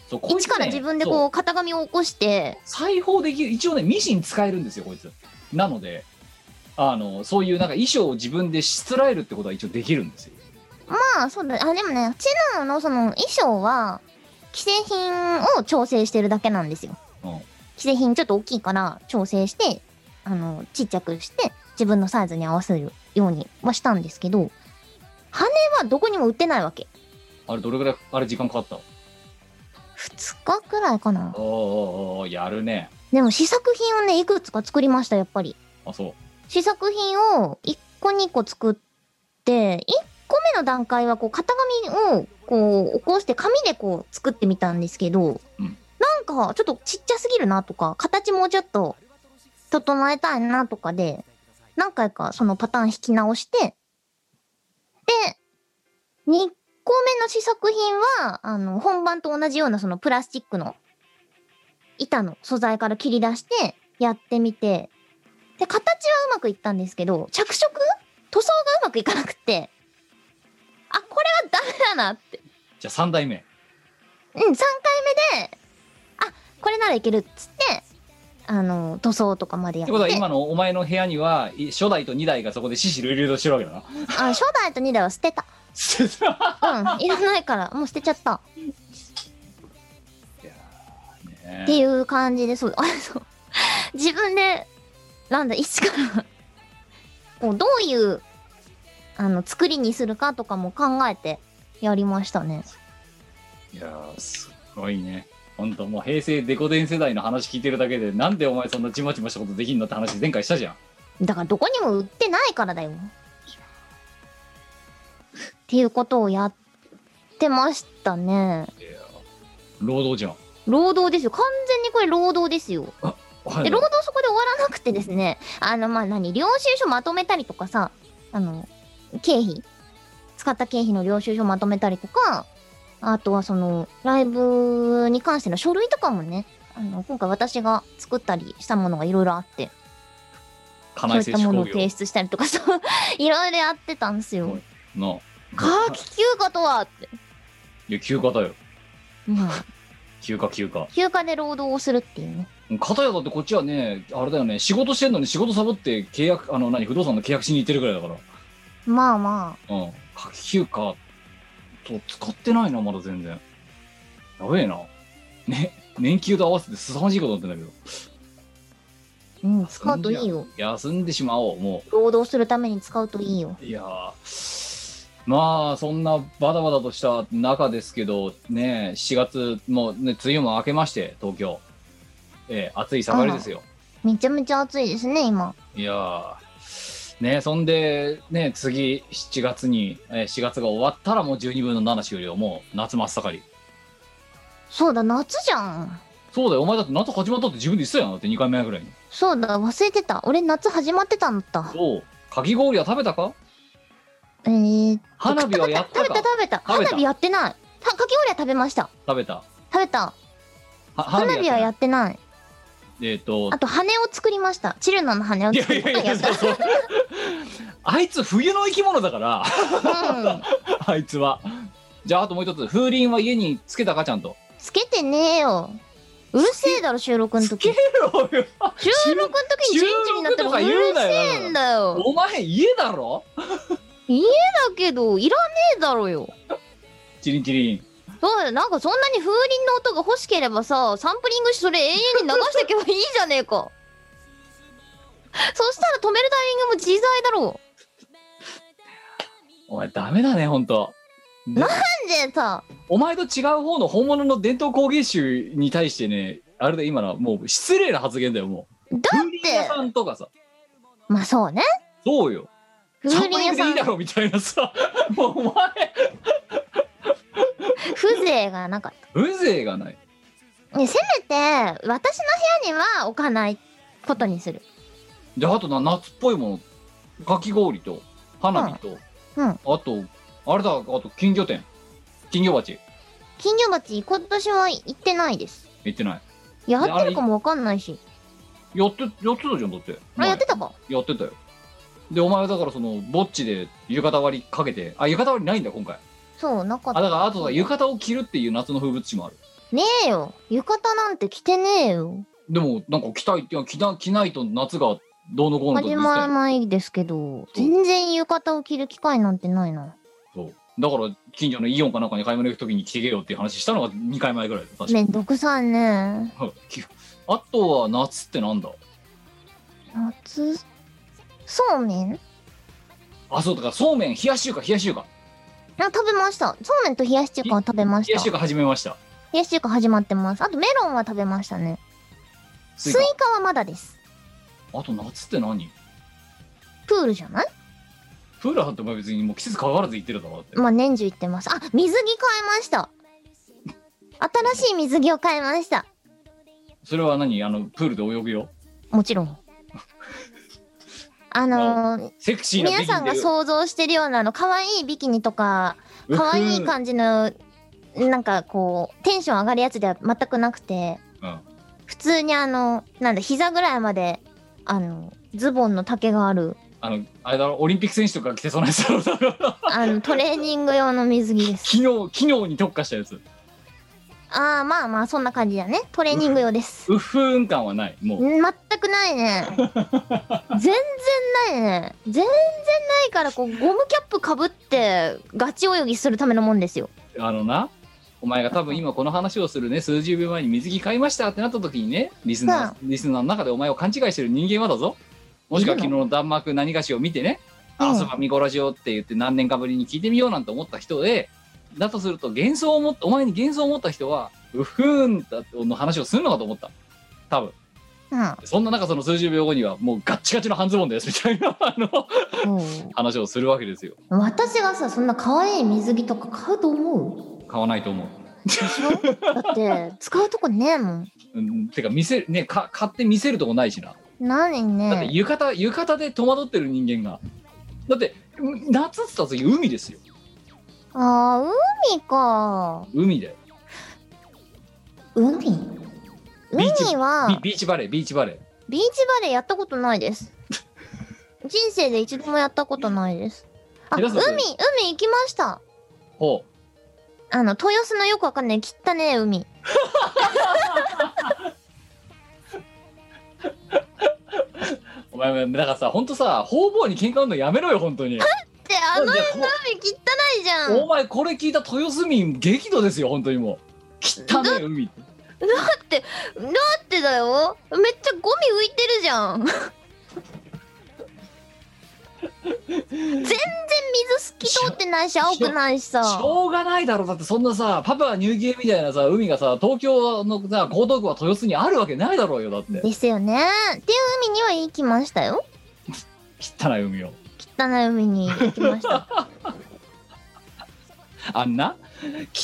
そうこいつね一から自分でそうこう型紙を起こして裁縫できる一応ねミシン使えるんですよこいつなのであのそういうなんか衣装を自分でしつらえるってことは一応できるんですよまあそうだあでもねチルノのその衣装は既製品を調整してるだけなんですよ。うん既製品ちょっと大きいから調整してあのちっちゃくして自分のサイズに合わせるようにはしたんですけど羽はどこにも売ってないわけ。あれどれぐらいあれ時間かかったあ2日くらいかなあああやるねでも試作品をねいくつか作りましたやっぱりあそう試作品を1個2個作って1個目の段階はこう型紙をこう起こして紙でこう作ってみたんですけど、うんなんかちょっとちっちゃすぎるなとか形もうちょっと整えたいなとかで何回かそのパターン引き直してで2個目の試作品はあの本番と同じようなそのプラスチックの板の素材から切り出してやってみてで形はうまくいったんですけど着色塗装がうまくいかなくってあこれはダメだなってじゃあ3代目うん3回目であこれならいけるっつってあの塗装とかまでやっっててことは今のお前の部屋にはい初代と2代がそこで獅子類流動してるわ けだなあ初代と2代は捨てた うんいらないからもう捨てちゃったってねいう感じでそうあそう自分でなんだ一からこうどういうあの作りにするかとかも考えてやりましたねいやーすごいね本当もう平成デコデン世代の話聞いてるだけでなんでお前そんなちまちましたことできんのって話前回したじゃんだからどこにも売ってないからだよ。っていうことをやってましたね。労働じゃん労働ですよ。完全にこれ労働ですよ。はいで、労働そこで終わらなくてですね、あの、まあ、何、領収書まとめたりとかさ、あの、経費、使った経費の領収書まとめたりとか、あとはその、ライブに関しての書類とかもね、あの、今回私が作ったりしたものがいろいろあって、そ家う内いった接種もの工を業提出したりとかさ、いろいろやってたんですよ。の夏季休暇とはって。いや休暇だようん休暇休暇休暇で労働をするっていうね。片やだってこっちはねあれだよね仕事してんのに仕事サボって契約あの何不動産の契約しに行ってるぐらいだからまあまうん夏季休暇と使ってないなまだ全然やべえなね年休と合わせて凄まじいことになってんだけあ、うん、使うといいよ。ど休んでしまおうも労働するために使うといいよ。ういやーまあそんなバタバタとした中ですけどね7月もうね梅雨も明けまして東京ええ暑い盛りですよめちゃめちゃ暑いですね、今。いやーねそんでね次7月に、えー4月が終わったらもう12分の7終了もう夏真っ盛りそうだ、夏じゃん。そうだよお前だって夏始まったって自分で言ってたやんだって2回目ぐらいにそうだ、忘れてた。俺、夏始まってたんだった。そうかき氷は食べたかえー、花火はやった食べ かた食べた。食べた花火やってない。たかき氷は食べました。食べた食べた。は花火はやっってない。たえっ、とあと、羽を作りました。チルノの羽をい作やりいまやいやした。そうそうあいつ冬の生き物だから うん。あいつはじゃああともう一つ風鈴は家につけたかちゃんとつけてねえよ。うるせえだろ、収録のつ時け。ろよ収録の時に人事になってもうるせえんだよ。お前家だろだけど、いらねえだろよ。チリンチリンそうだよ、なんかそんなに風鈴の音が欲しければさ、サンプリングしてそれ永遠に流してけばいいじゃねえか。そしたら止めるタイミングも自在だろお前ダメだね本当でう。なんでさ、お前と違う方の本物の伝統工芸集に対してねあれで今のはもう失礼な発言だよもうだ風鈴屋っさんとかさて、まあそうね。そうよ風サンプ鈴リン屋グでさんいいだ、ろみたいなさ もうお前風情がなかっ風情がないた。ね、せめて、私の部屋には置かないことにする。であとな夏っぽいものかき氷と花火と、うんうんあとあれだあと金魚店金魚鉢金魚鉢、今年は行ってないです。言ってないいややってるかもわかんないし。やってやってたじゃんだってあ、前やってたか。やってたよでお前はだからそのぼっちで浴衣割りかけてあ浴衣割りないんだ今回そう、なかっあた。だからあとは浴衣を着るっていう夏の風物詩もあるねえよ。浴衣なんて着てねえよ。でもなんか着たいって着な着ないと夏がどうのこうのと始まらないですけど、全然浴衣を着る機会なんてないな。そうだから近所のイオンかなんかに買い物行く時に着てけよっていう話したのが2回前ぐらいだよ確かめんどくさいね。はいあとは夏ってなんだ夏、そうめんあそうだからそうめん冷やし中華冷やし中華あ、食べました。そうめんと冷やし中華は食べま冷しやたし中。華始めました冷やし中華始まってます。あとメロンは食べましたね。スイスイカはまだです。カあと夏って何プールじゃないプールはってお前別にもう季節変わらず行ってるだろだってまあ年中行ってます。あ、水着買いました。新しい水着を買いました。それは何あのプールで泳ぐよもちろん。 あのー、セクシーな皆さんがう想像してるようなあの可愛いビキニとか可愛い感じのなんかこうテンション上がるやつでは全くなくてうん普通にあのなんだ膝ぐらいまであのズボンの丈があるあのあれだろオリンピック選手とか着てそうなやつだろだからあのトレーニング用の水着です機能機能に特化したやつああまあまあそんな感じだねトレーニング用ですうっふーん感はないもう全くない ね全然ないね全然ないからこうゴムキャップかぶってガチ泳ぎするためのもんですよあのなお前が多分今この話をするね数十秒前に水着買いましたってなった時にねリスナー、リスナーの中でお前を勘違いしてる人間はだぞもしくは昨日の弾幕何かしを見てね「うんあそうか見殺しよ」って言って何年かぶりに聞いてみようなんて思った人でだとすると幻想を持ったお前に幻想を持った人は「うふーん」だの話をするのかと思った多分うんそんな中その数十秒後にはもうガッチガチの半ズボンですみたいなあのそう話をするわけですよ私がさそんな可愛い水着とか買うと思う買わないと思うだ って使うとこねえもんうんてか見せねか買って見せるとこないしな何だってね浴衣浴衣で戸惑ってる人間がだってうん夏っつったら次海ですよあー海か海で海ビーチ海はビビーチバレービーチバレービーチバレーやったことないです 人生で一度もやったことないですあ皆海さん海行きましたほうあの豊洲のよくわかんない汚ねえ海お前お前だからさほんとさ方々に喧嘩売るのやめろよ本当にであのい海や汚いじゃんこお前これ聞いた豊洲民激怒ですよ本当にもう汚ねえ海だってだよめっちゃゴミ浮いてるじゃ ん全然水透き通ってないし青くないしさしょうがないだろだってそんなさパパはニューギーみたいなさ海がさ東京のさ江東区は豊洲にあるわけないだろうよだってですよねっていう海には行きましたよ汚い海を汚い海に行きました あんな汚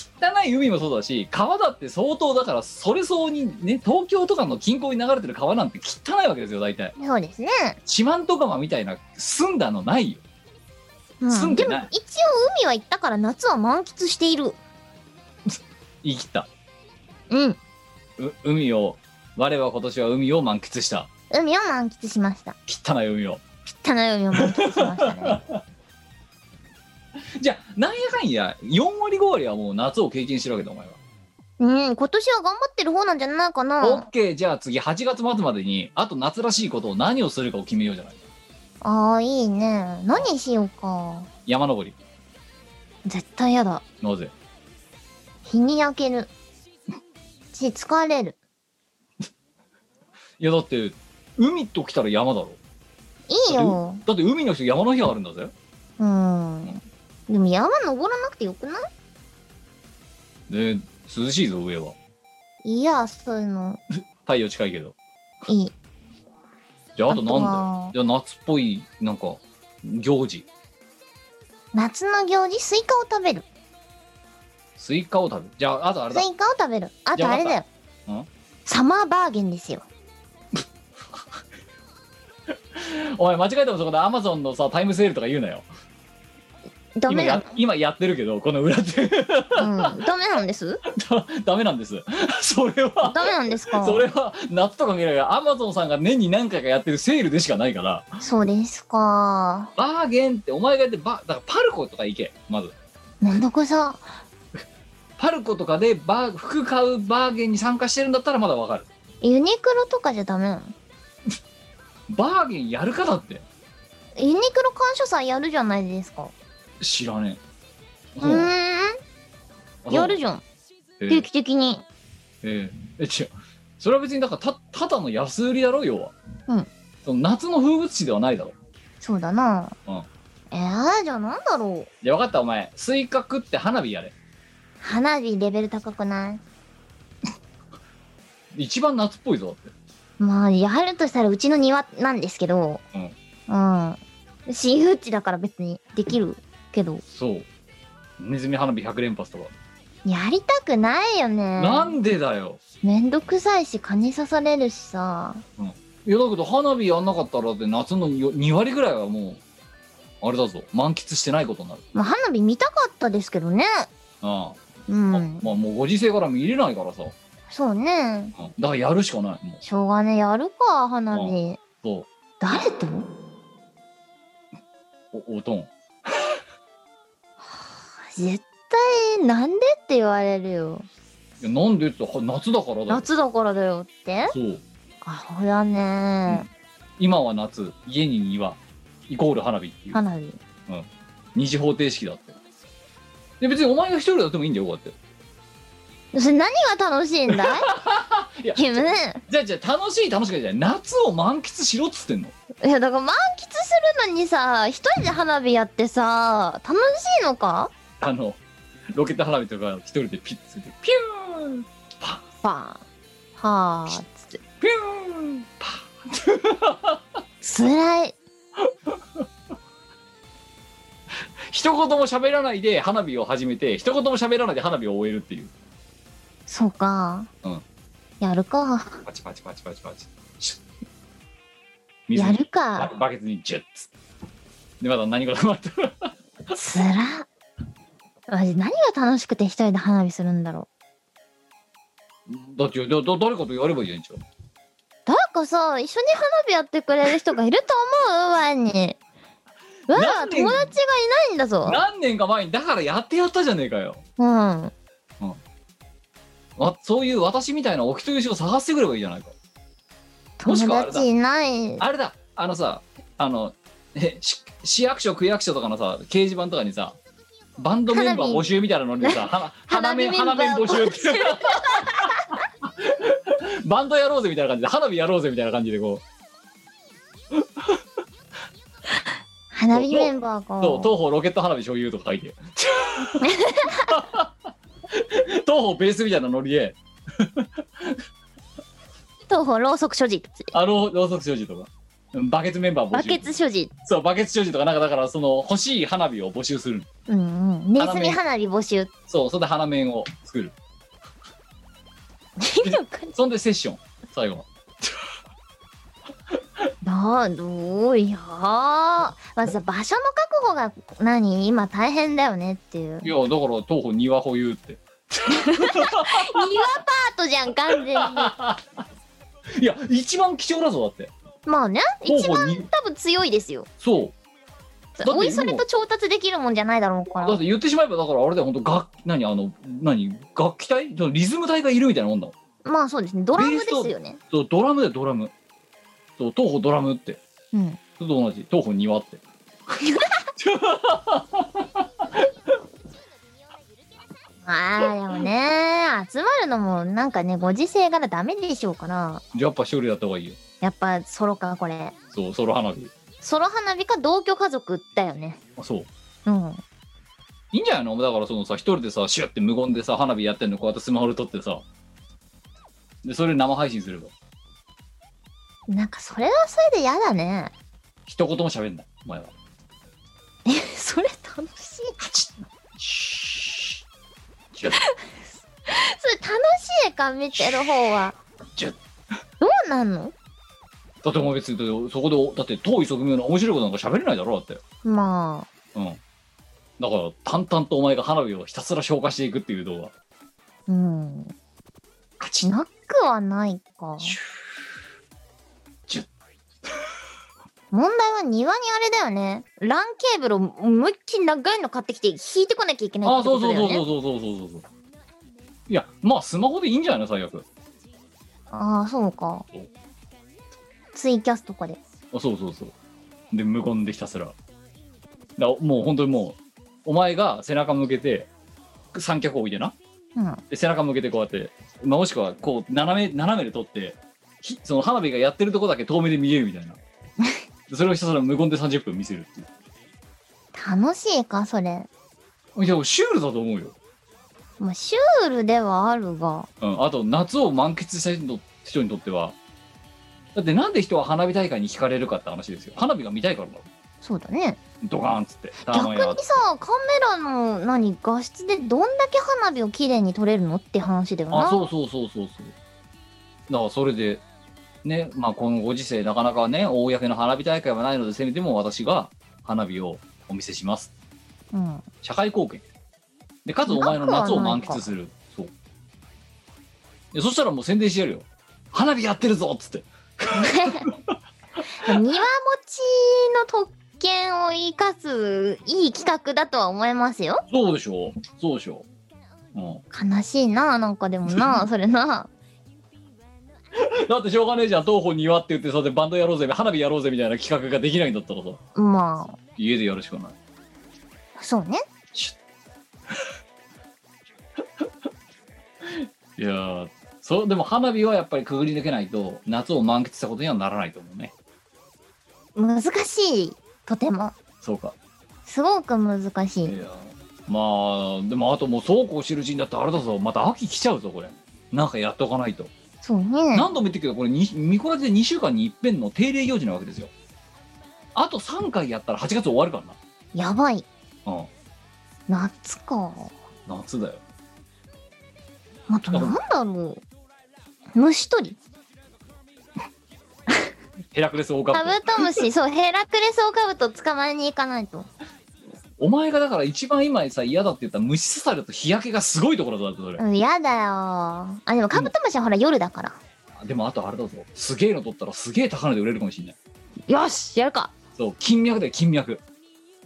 い海もそうだし川だって相当だからそれ相応にね東京とかの近郊に流れてる川なんて汚いわけですよ大体そうですね、四万十川みたいな澄んだのないようん住んででもない一応海は行ったから夏は満喫している言い切ったうんう海を我は今年は海を満喫した海を満喫しました汚い海を汚い海を満喫しましたね じゃあなんやかんや4割5割はもう夏を経験してるわけだお前は、うん今年は頑張ってる方なんじゃないかなオッケーじゃあ次8月末までにあと夏らしいことを何をするかを決めようじゃないああいいね何しようか山登り絶対やだなぜ日に焼ける し疲れるいやだって海と来たら山だろいいよだって海の人山の日があるんだぜうんでも山登らなくてよくないで涼しいぞ上はいやそういうの太陽近いけどいいじゃああとなんだあよじゃあ夏っぽいなんか行事夏の行事スイカを食べるスイカを食べるじゃああとあれスだイカを食べるあじとゃああれだよまたんサマーバーゲンですよお前間違えてもそこでアマゾンのさタイムセールとか言うなよダ今メなや今やってるけどこの裏で の、うん、ダメなんですダメなんです それはダメなんですかそれは夏とか見ないがアマゾンさんが年に何回かやってるセールでしかないからそうですかバーゲンってお前がやってバだからパルコとか行けまずなんだこさパルコとかでバー服買うバーゲンに参加してるんだったらまだわかるユニクロとかじゃダメなのバーゲンやるかだってユニクロ感謝祭やるじゃないですか知らねえうそうーんやるじゃんええ定期的にえええ違うそれは別にだからたただの安売りだろ要は、うんその夏の風物詩ではないだろそうだなうんえー、じゃあなんだろうじゃあ分かったお前スイカ食って花火やれ花火レベル高くない一番夏っぽいぞだってまあやるとしたらうちの庭なんですけどうん、うん、私有地だから別にできるけどそうネズミ花火100連発とか、やりたくないよねなんでだよめんどくさいし蚊に刺されるしさいやだけど花火やんなかったらだって夏の2割ぐらいはもうあれだぞ満喫してないことになるまあ花火見たかったですけどねあうあ、んまあもうご時世から見れないからさ、うんそうねだからやるしかないもうしょうがねやるか花火そ誰とうおおとん絶対なんでって言われるよいやなんでっては夏だからだよ夏だからだよってそうあほやね今は夏家に庭イコール花火っていう花火二次方程式だってで別にお前が一人だってもいいんだよこうやってそれ何が楽しいんだ いいや君じゃあじゃあ楽しい楽しくないじゃない夏を満喫しろっつってんのいやだから満喫するのにさ一人で花火やってさ楽しいのかあのロケット花火とか一人でピッつってピューンパンパンはあつってピューンパンつらい一言も喋らないで花火を始めて一言も喋らないで花火を終えるっていうそうかうんやるかパチパチパチパチパチシュッ水やにるかバケツにジュッつってでまだ何事もあったつらマジ何が楽しくて一人で花火するんだろうだってだだ誰かとやればいいじゃんじゃあ誰かさ一緒に花火やってくれる人がいると思う前にわならん友で達がいないんだぞ何年か前にだからやってやったじゃねえかようんわそういう私みたいなお人よしを探してくればいいじゃないかもしくはあ友れだ達いないあれだあのさあのえし市役所区役所とかのさ掲示板とかにさバンドメンバー募集みたいなのにさ花花面花花火メ面ンバー募集ってバンドやろうぜみたいな感じで花火やろうぜみたいな感じでこ花火メンバーうがそう東方ロケット花火所有とか書 いて東方ベースみたいなノリで東方ろうそく所持あのろうそく所有とかうんバケツメンバー募集バケツ所持そうバケツ商事とかなんかだからその欲しい花火を募集するうんうんネズミ花火募集いそうそれで花面を作るいのかそんでセッション最後はなあどういやーまずさ場所の確保が何今大変だよねっていういやだから東方庭保有って庭パートじゃん完全にいや一番貴重だぞだってま あね一東番方に多分強いですよそうっておいそれと調達できるもんじゃないだろうかだっらて言ってしまえばだからあれだよ本当楽何あの何楽器隊そのリズム隊がいるみたいなもんだもんまあそうですねドラムですよねそうドラムだよドラムそう東方ドラムってうんそれと同じ東方庭ってあーでもね集まるのもなんかねご時世からダメでしょうからじゃあやっぱ一人でやった方がいいよやっぱソロかこれそうソロ花火ソロ花火か同居家族だよねあそううんいいんじゃないのだからそのさ一人でさシュッて無言でさ花火やってんのこうやってスマホで撮ってさでそれ生配信すればなんかそれはそれで嫌だね一言も喋んないお前はえそれ楽しいカチッシュッシ ュッそれ楽しいか見てる方はちょどうなんのだってお前別にだってそこでだって遠い側面の面白いことなんか喋れないだろだってまあうんだから淡々とお前が花火をひたすら消化していくっていう動画うん。カチンなくはないか。シュ問題は庭にあれだよね。ランケーブルを思いっきり長いの買ってきて引いてこなきゃいけないあってあそこうとそだうそようそうね。そうそうそうそういやまあスマホでいいんじゃないの最悪ああ、そうかそう。ツイキャスとかで。あそうそうそうで無言でひたすらだもう本当にもうお前が背中向けて三脚置いてなうん。で背中向けてこうやって、まあ、もしくはこう斜め斜めで撮ってひその花火がやってるとこだけ遠目で見えるみたいなでそれをひたすら無言で30分見せるっていう楽しいか、それ。いやシュールだと思うよ、まあ、シュールではあるが。うん、あと夏を満喫した人人にとってはだってなんで人は花火大会に惹かれるかって話ですよ花火が見たいからだろそうだね。ドカーンっつってター逆マンにやってさ、カメラの何、画質でどんだけ花火を綺麗に撮れるのって話だよな。あそうそうそうそうそうだからそれでねまあこのご時世なかなかね公の花火大会はないのでせめても私が花火をお見せしますうん。 社会貢献でかつお前の夏を満喫するそうでそしたらもう宣伝してやるよ花火やってるぞっつって庭持ちの特権を生かすいい企画だとは思いますよ。そうでしょうそうでしょう、う悲しいな、なんかでも な、それな。ん、だってしょうがねえじゃん東方庭って言ってそれでバンドやろうぜ花火やろうぜみたいな企画ができないんだったらさま家でやるしかないあ、そうね。いやーそうでも花火はやっぱりくぐり抜けないと夏を満喫したことにはならないと思うね難しい。とても。そうかすごく難しいやい。ーまあでもあともうそうこうしてるうちにだってあれだぞまた秋来ちゃうぞこれなんかやっとかないと、そうね。何度も言ってるけどこれにミコラジで2週間に一遍の定例行事なわけですよあと3回やったら8月終わるかやばい。らなうん夏か。夏だよあとなんだろう。虫取り。ヘラクレスオオカカブトブトム シ。そう、ヘラクレスオオカブト捕まえに行かないと。お前がだから一番今さ嫌だって言った虫刺されると日焼けがすごいところだってそれ、うん、やだよー。あ、でもカブトムシはほら夜だから。でもあとあれだぞすげえの取ったらすげえ高値で売れるかもしれないよし、やるか。そう金脈だよ金脈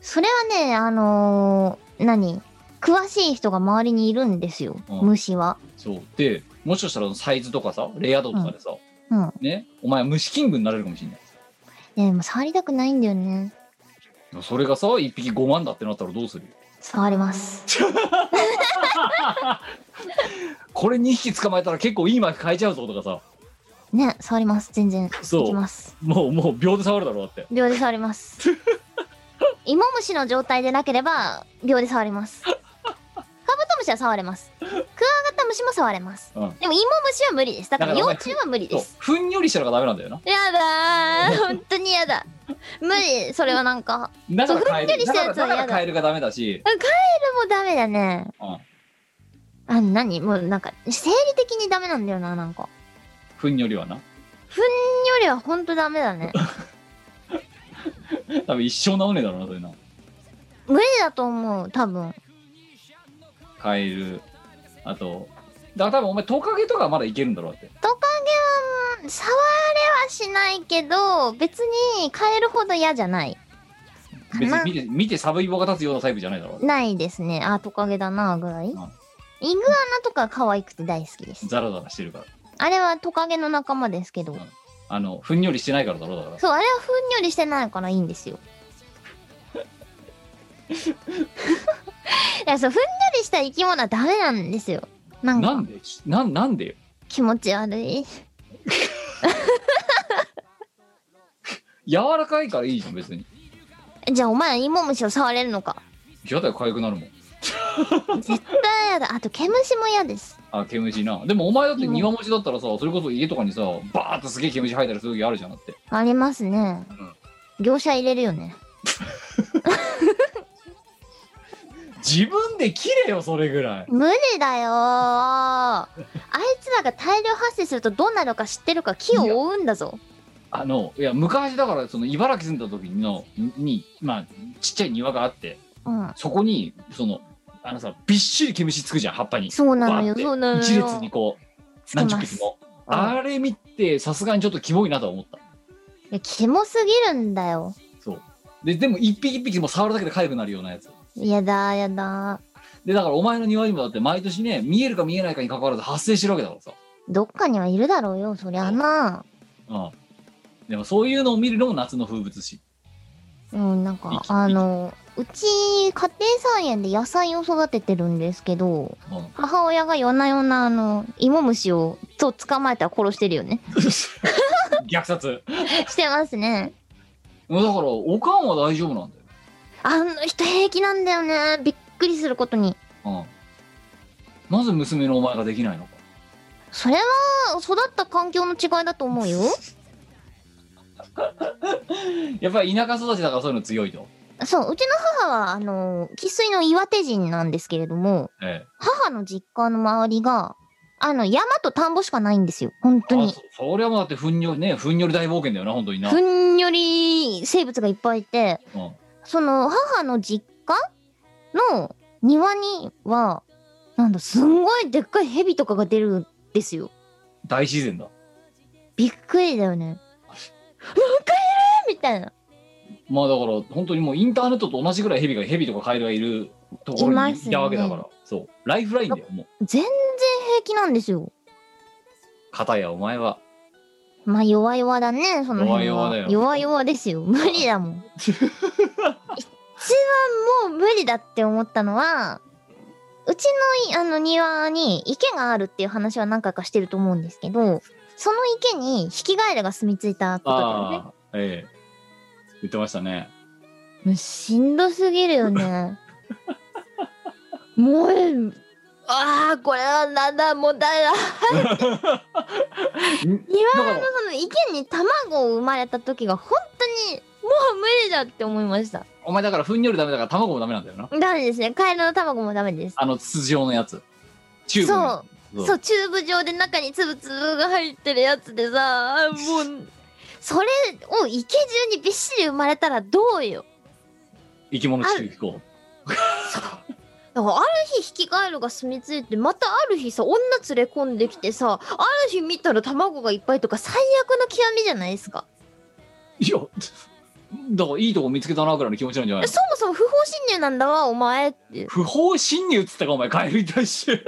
それはね、あのー、何詳しい人が周りにいるんですよ。うん虫は。そうでもしかしたらサイズとかさレア度とかでさ、うん。ねお前虫キングになれるかもしれないいやでも触りたくないんだよね。でもそれがさ1匹5万だってなったらどうする触ります。これ2匹捕まえたら結構いいマイク変えちゃうぞとかさね、触ります。全然。そういきます。もうもう秒で触るだろうだって秒で触ります。芋虫の状態でなければ、秒で触ります。カブトムシは触れます。クワガタムシも触れます。うんでも芋虫は無理です。だからだ幼からお虫前は無理でそうす。ふんよりしたのがダメなんだよなやだー。本当にやだ。無理。それはなんか。だからそうカエふんよりルしだたかやらつはだ嫌だからカエルがダメだしもうダメだね。うんあ、なにもうなんか、生理的にダメなんだよな、なんか。ふんよりはなよりはほんとダメだね。多分一生治んねえだろうなそれな無理だと思う、多分。カエルあとだから多分お前トカゲとかはまだいけるんだろうだってトカゲは、うん触れはしないけど、別に変えるほど嫌じゃない。別まあに見て見てサブイボが立つようなタイプじゃないだろうないですね。あ、トカゲだな、ぐらい。イグアナとか可愛くて大好きです。ザラザラしてるからあれはトカゲの仲間ですけど。あのふんよりしてないからだろうだからそう、あれはふんよりしてないからいいん ですよ。いや、そう、ふんよりした生き物はダメなんですよ。なんなかんできなんなんでよ気持ち悪い。柔らかいからいいじゃん別にじゃあお前は芋虫を触れるのか。嫌だよ痒くなるもん絶対やだ。あと毛虫も嫌です。あ毛虫なでもお前だって庭持ちだったらさそれこそ家とかにさバーッとすげえ毛虫生えたりする時あるじゃんだってありますね。業者入れるよね。自分で切れよそれぐらい無理だよー。あいつらが大量発生するとどうなるか知ってるから木を覆うんだぞ。あのいや昔だからその茨城住んだ時のにまあちっちゃい庭があってうん。そこにそのあのさびっしり毛虫つくじゃん葉っぱにそうなのバーっよ、てそうなのよ。一列にこうつけ何ま十す。匹もうんあれ見てさすがにちょっとキモいなとは思ったいや、キモすぎるんだよ。そうででも一匹一匹も触るだけで痒くなるようなやつやだーやだでだからお前の庭にもだって毎年ね見えるか見えないかに関わらず発生してるわけだからさ、ー。どっかにはいるだろうよ、そりゃな。うん、でもそういうのを見るのも夏の風物詩うん、なん生かき、てあの、うち、家庭菜園で野菜を育ててるんですけど、 うん母親が夜な夜な、あの、芋虫を、と捕まえたら殺してる よね。虐殺してますね。もうだからおかんは大丈夫なんだよあの人平気なんだよね。びっくりすることに。うん、なぜ娘のお前ができないのかそれは、育った環境の違いだと思うよ。 やっぱり田舎育ちだからそういうの強いと、そう、うちの母は、あの、生粋の岩手人なんですけれども、ええ、母の実家の周りが、あの、山と田んぼしかないんですよ。本当あに。そそれはもうだってふんにょりねふんにょり大冒険だよな本当にな、うふん、んより生物がいっぱいいて、その、母の実家の庭には、なんだ、すんごいでっかい蛇とかが出るんですよ。大自然だびっくりだよね。なんかいるみたいな。まあだから本当にもうインターネットと同じぐらいヘビがヘビとかカエルがいるとこいろまにすよねいたわけだから、そうライフラインだよもう全然平気なんですよ。片やお前はまあ弱々だね、その辺は。弱々だよ弱々ですよ。無理だも ん。一番もう無理だって思ったのは、うちのいあの庭に池があるっていう話は何回かしてると思うんですけど、その池にヒキガエルが住み着いたことだよね。ああええ言ってましたねもうしんどすぎるよ ね。もう、ああ、これはなんだ、もうだだ。だ 庭からのその池に卵を生まれた時が本当にもう無理だって思いました。お前だからふんにょりダメだから卵もダメなんだよなダメですね。カエルの卵もダメです。あの筒状のやつチューブのやつそう、チューブ状で中につぶつぶが入ってるやつでさ、 もう、それを池中にびっしり生まれたらどうよ。生き物地球飛行だからある日ヒキガエルが住み着いて、またある日さ、女連れ込んできてさ、ある日見たら卵がいっぱいとか最悪の極みじゃないですか。いやだからいいとこ見つけたなぐらいの気持ちなんじゃないのそもそも不法侵入なんだわ、お前って。不法侵入っつったかお前カエルに対して不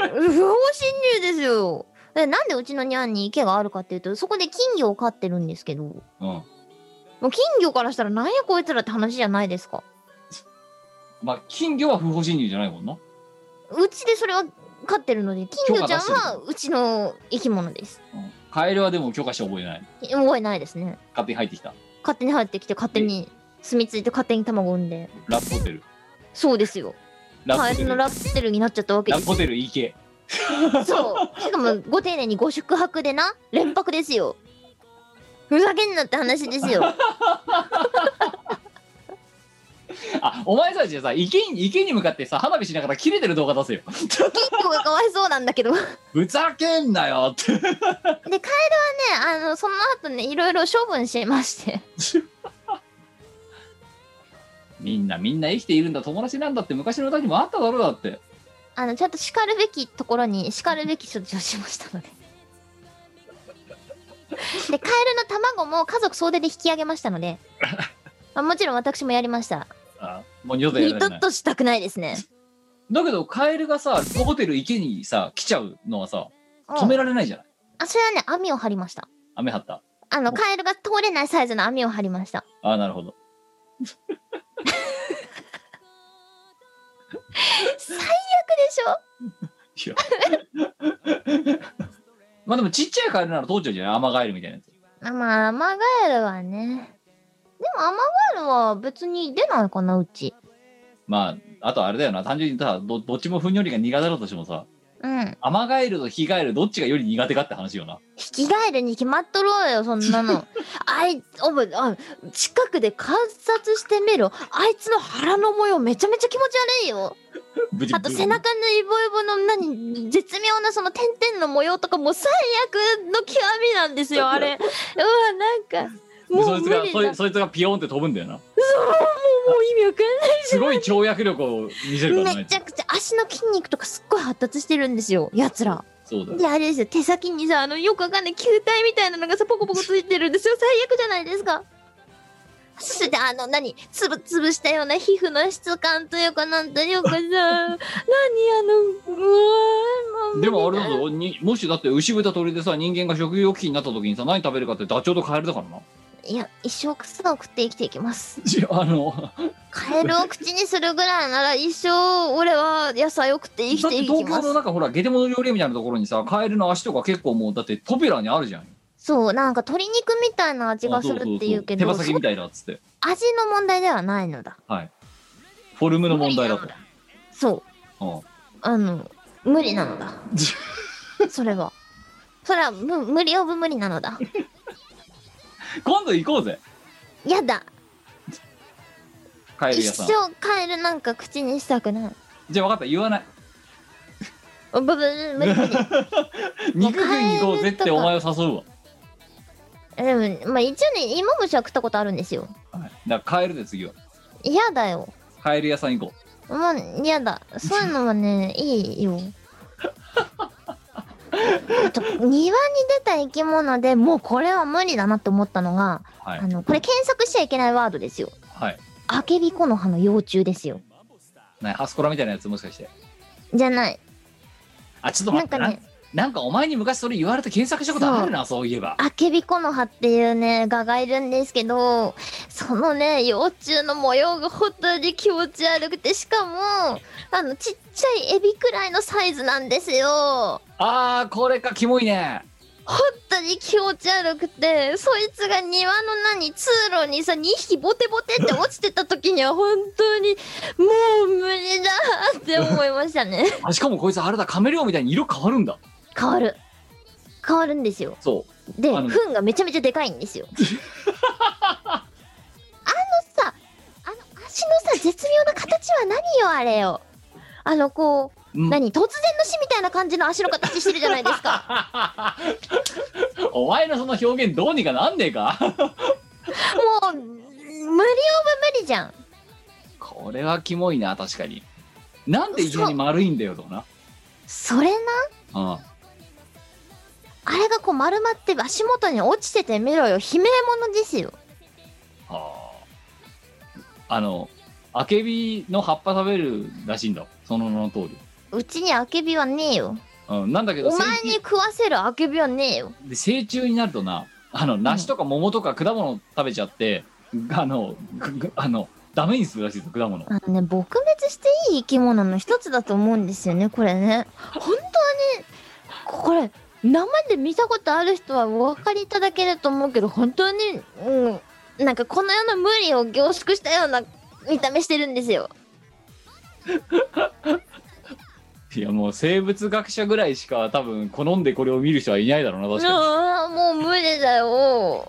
法侵入ですよ。えなんでうちのニャンに池があるかっていうとそこで金魚を飼ってるんですけどもうんう金魚からしたらなんやこいつらって話じゃないですかまあ金魚は不法侵入じゃないもんなうちでそれを飼ってるので金魚ちゃん許可出してるはうちの生き物ですうんカエルはでも許可して覚えない覚えないですね勝手に入ってきた勝手に入ってきて勝手に住み着いて勝手に卵を産んでラブホテルそうですよラブカホエテルのルラプテルになっちゃったわけラでブすホテル行けそうしかもご丁寧にご宿泊でな連泊ですよふざけんなって話ですよあお前たちはさ池に池に向かってさ花火しながら切れてる動画出せよ金魚がかわいそうなんだけどふざけんなよって でカエルはねあのその後ねいろいろ処分しまして みんなみんな生きているんだ友達なんだって昔の歌にもあっただろうだってあのちゃんと叱るべきところに叱るべき処置をしましたのででカエルの卵も家族総出で引き上げましたの で、まあ、もちろん私もやりましたあもう二度とや二られ度ないとしたくないですねだけどカエルがさラブホテル池にさ来ちゃうのはさうん止められないじゃないあそれはね網を張りました雨張ったあのカエルが通れないサイズの網を張りましたああなるほど最悪でしょいや まあでもちっちゃいカエルなら通っちゃうじゃないアマガエルみたいなやつあまあアマガエルはねでもアマガエルは別に出ないかなうちまああとあれだよな単純にさどどっちもふんよりが苦手だとしてもさうんアマガエルとヒガエルどっちがより苦手かって話よな引きガエルに決まっとろうよそんな のあいおぶあ近くで観察してみろあいつの腹の模様めちゃめちゃ気持ち悪いよぶちあと背中のイボイボの何絶妙なその点々の模様とかもう最悪の極 みなんですよあれうわなんかもそういつ無が理そいだそいつがピヨーンって飛ぶんだよなそう、もうもう意味わかんないすごい跳躍力を見せるかじらゃん。めちゃくちゃ足の筋肉とかすっごい発達してるんですよ、やつら。そうだよで、あれですよ、手先にさ、あの、よくわかんない球体みたいなのがさ、ポコポコついてるんですよ。最悪じゃないですか。そして、あの、何、つぶつぶしたような皮膚の質感というか、なんというか さ、何、あの、うわーでもあれだぞにもしだって牛豚鳥でさ人間が食欲期になった時にさ何食べるかってダチョウとカエルだからないや、一生草を食って生きていきます。いやあのカエルを口にするぐらいなら一生俺は野菜を食って生きだってていき東ま 京のす。中ほらゲテモノ料理みたいなところにさカエルの足とか結構もうだってポピュラーにあるじゃんそう、なんか鶏肉みたいな味がするっていうけど、あそうそうそう手羽先みたいだっつってそ味の問題ではないのだ。フォルムの問題だ無と理なのそう、うんあの、無理なの だ。それは。それは無無理オブ無理なのだ。今度行こうぜやだ。カエル一屋さん生カエルなんか口にしたくない。じゃあ分かった言わないぶぶぶ 無理無理。肉食いに行こうぜってお前を誘うわでも、まあ一応ね、芋虫は食ったことあるんですよ。はいだからカエルで次は嫌だよ。カエル屋さん行こまあ、やだ。そういうのはね、いいよ。あと庭に出た生き物でもうこれは無理だなって思ったのが、うはいあのこれ検索しちゃいけないワードですよ。はいアケビコの葉の幼虫ですよ。ねハスコラみたいなやつもしかしてじゃない。あちょっとな待んってかなね、なんかお前に昔それ言われて検索したことあるなそういえばアケビコの葉っていうね、蛾がいるんですけど、そのね、幼虫の模様が本当に気持ち悪くて、しかも、あの、ちっちゃいエビくらいのサイズなんですよ。あーこれかキモいね本当に気持ち悪くてそいつが庭の何通路にさ2匹ボテボテって落ちてた時には本当にもう無理だって思いましたねあしかもこいつあれだカメレオンみたいに色変わるんだ変わる変わるんですよそであの糞がめちゃめちゃでかいんですよ あのさあの足のさ絶妙な形は何よあれよあのこうううん何突然の死みたいな感じの足の形してるじゃないですか お前のその表現どうにかなんねえか もう無理オブ無理じゃんこれはキモいな確かになんで非常に丸いんだよとかそれななあれがこう丸まって足元に落ちててみろよ。悲鳴物ですよ。うんああのアケビの葉っぱ食べるらしいんだその名の通り、うちにあけびはねえよ。うん、なんだけどお前に食わせるあけびはねえよ。で成虫になるとなあの梨とか桃とか果物食べちゃって、あのぐぐあのダメにするらしいです果物あのね、撲滅していい生き物の一つだと思うんですよね、これね。本当に、これ、生で見たことある人はお分かりいただけると思うけど、本当に、うん、なんかこの世の無理を凝縮したような見た目してるんですよ。いやもう生物学者ぐらいしか多分好んでこれを見る人はいないだろうな確かに、ああもう無理だよ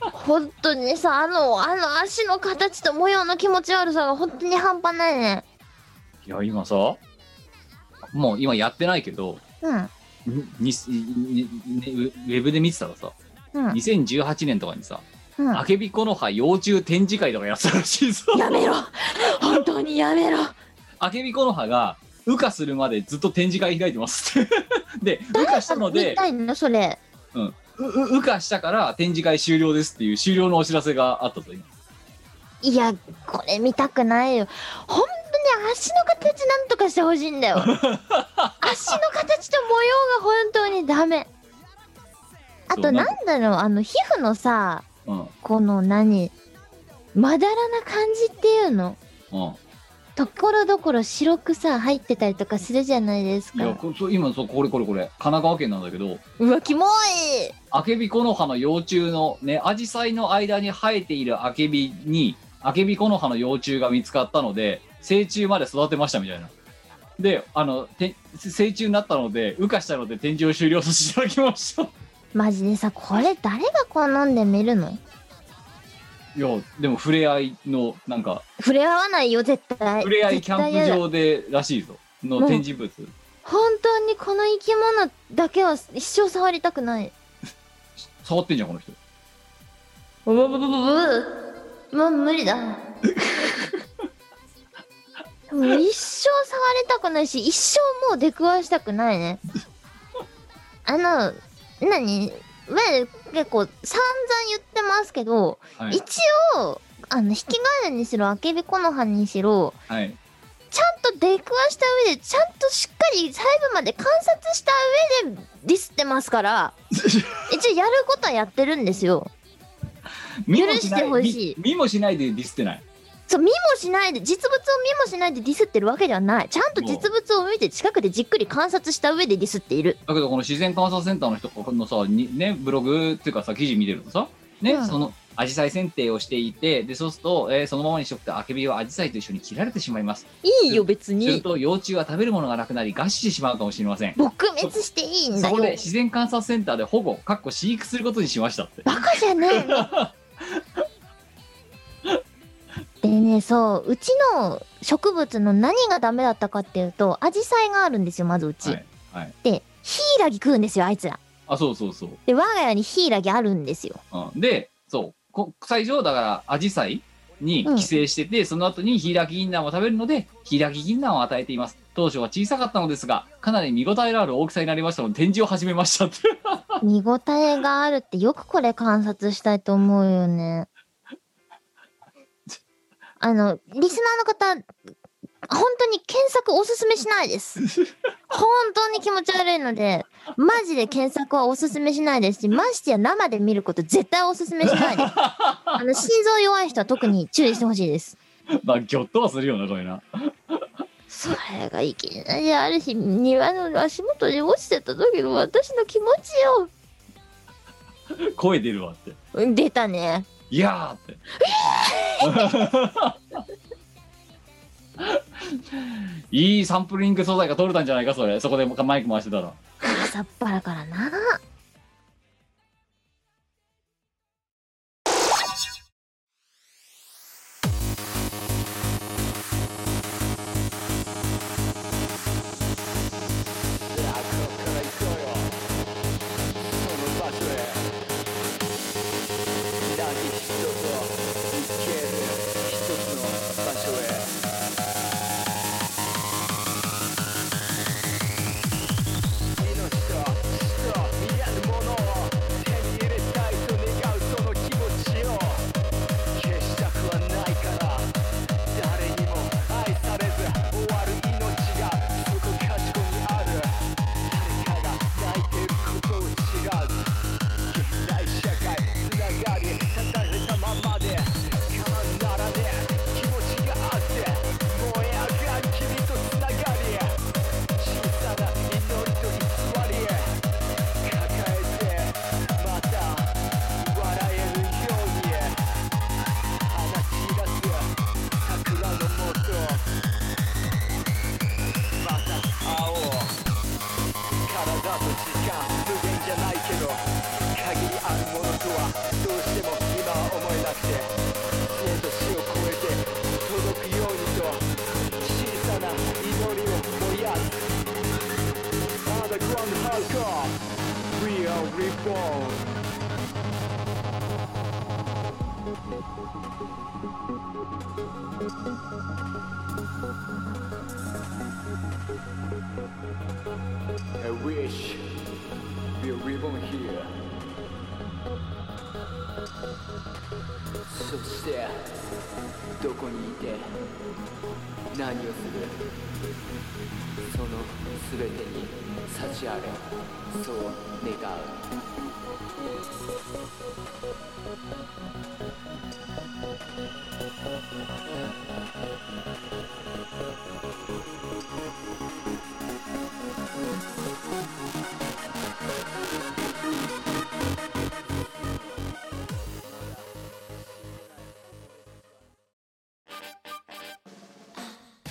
本当にさあのあの足の形と模様の気持ち悪さが本当に半端ないねいや今さもう今やってないけどうんににににウェブで見てたらさうん2018年とかにさ、うんアケビコの葉幼虫展示会とかやってたらしいぞやめろ本当にやめろアケビコの葉が羽化するまでずっと展示会開いてます ってで羽化したので見たいのそれうう羽化したから展示会終了ですっていう終了のお知らせがあったと今いやこれ見たくないよ本当に足の形なんとかしてほしいんだ よ足の形と模様が本当にダメあそとうななんんだろうあの皮膚のさうんうんこの何まだらな感じっていうのところどころ白くさ入ってたりとかするじゃないですいやかこそう今そうこれこれこれ神奈川県なんだけどうわキモいアケビコの葉の幼虫のねアジサイの間に生えているアケビにアケビコの葉の幼虫が見つかったので成虫まで育てましたみたいなであのて成虫になったので羽化したので展示を終了させていただきました マジでさこれ誰が好んで見るのいやでも触れ合いのなんか触れ合わないよ絶対触れ合いキャンプ絶対やだ場でらしいぞの展示物本当にこの生き物だけは一生触りたくない触ってんじゃんこの人ブブブブブもう無理だ。もう一生触れたくないし、一生もう出くわしたくないね。あの、何前結構散々言ってますけど、はい一応、あの、引き金にしろ、あけびこの葉にしろ、はいちゃんと出くわした上で、ちゃんとしっかり細部まで観察した上でディスってます から、一応やることはやってるんですよ。見も許してほしい見見もしないでディスってないそう見もしないで実物を見もしないでディスってるわけではないちゃんと実物を見て近くでじっくり観察した上でディスっているだけどこの自然観察センターの人のさにねブログっていうかさ記事見てるとさね、うんそのアジサイ剪定をしていてでそうすると、えーそのままにしておくとあけびはアジサイと一緒に切られてしまいますいいよ別するにと幼虫は食べるものがなくなり餓死してしまうかもしれません撲滅していいんそだよこで自然観察センターで保護かっこ飼育することにしましたってバカじゃない のでねそううちの植物の何がダメだったかっていうとアジサイがあるんですよまずうち、はいはいでヒイラギ食うんですよあいつらあそうそうそう、で我が家にヒイラギあるんですようん、でそうこ最初だからアジサイに寄生してて、その後にヒイラギギンナンを食べるのでヒイラギギンナンを与えています当初は小さかったのですがかなり見応えのある大きさになりましたので展示を始めましたって 見応えがあるってよくこれ観察したいと思うよね。あの、リスナーの方、本当に検索おすすめしないです。本当に気持ち悪いので、マジで検索はおすすめしないですし、ましてや生で見ること絶対おすすめしないです。あの、心臓弱い人は特に注意してほしいです。まあギョッとはするよなこれなそれがいきなりある日、庭の足元に落ちてた時の私の気持ちよ。声出るわってうん出たね。いやーって いいサンプリング素材が取れたんじゃないかそれそこでマイク回してたら朝っぱらからなそしてどこにいて何をするその全てに幸あれそう願う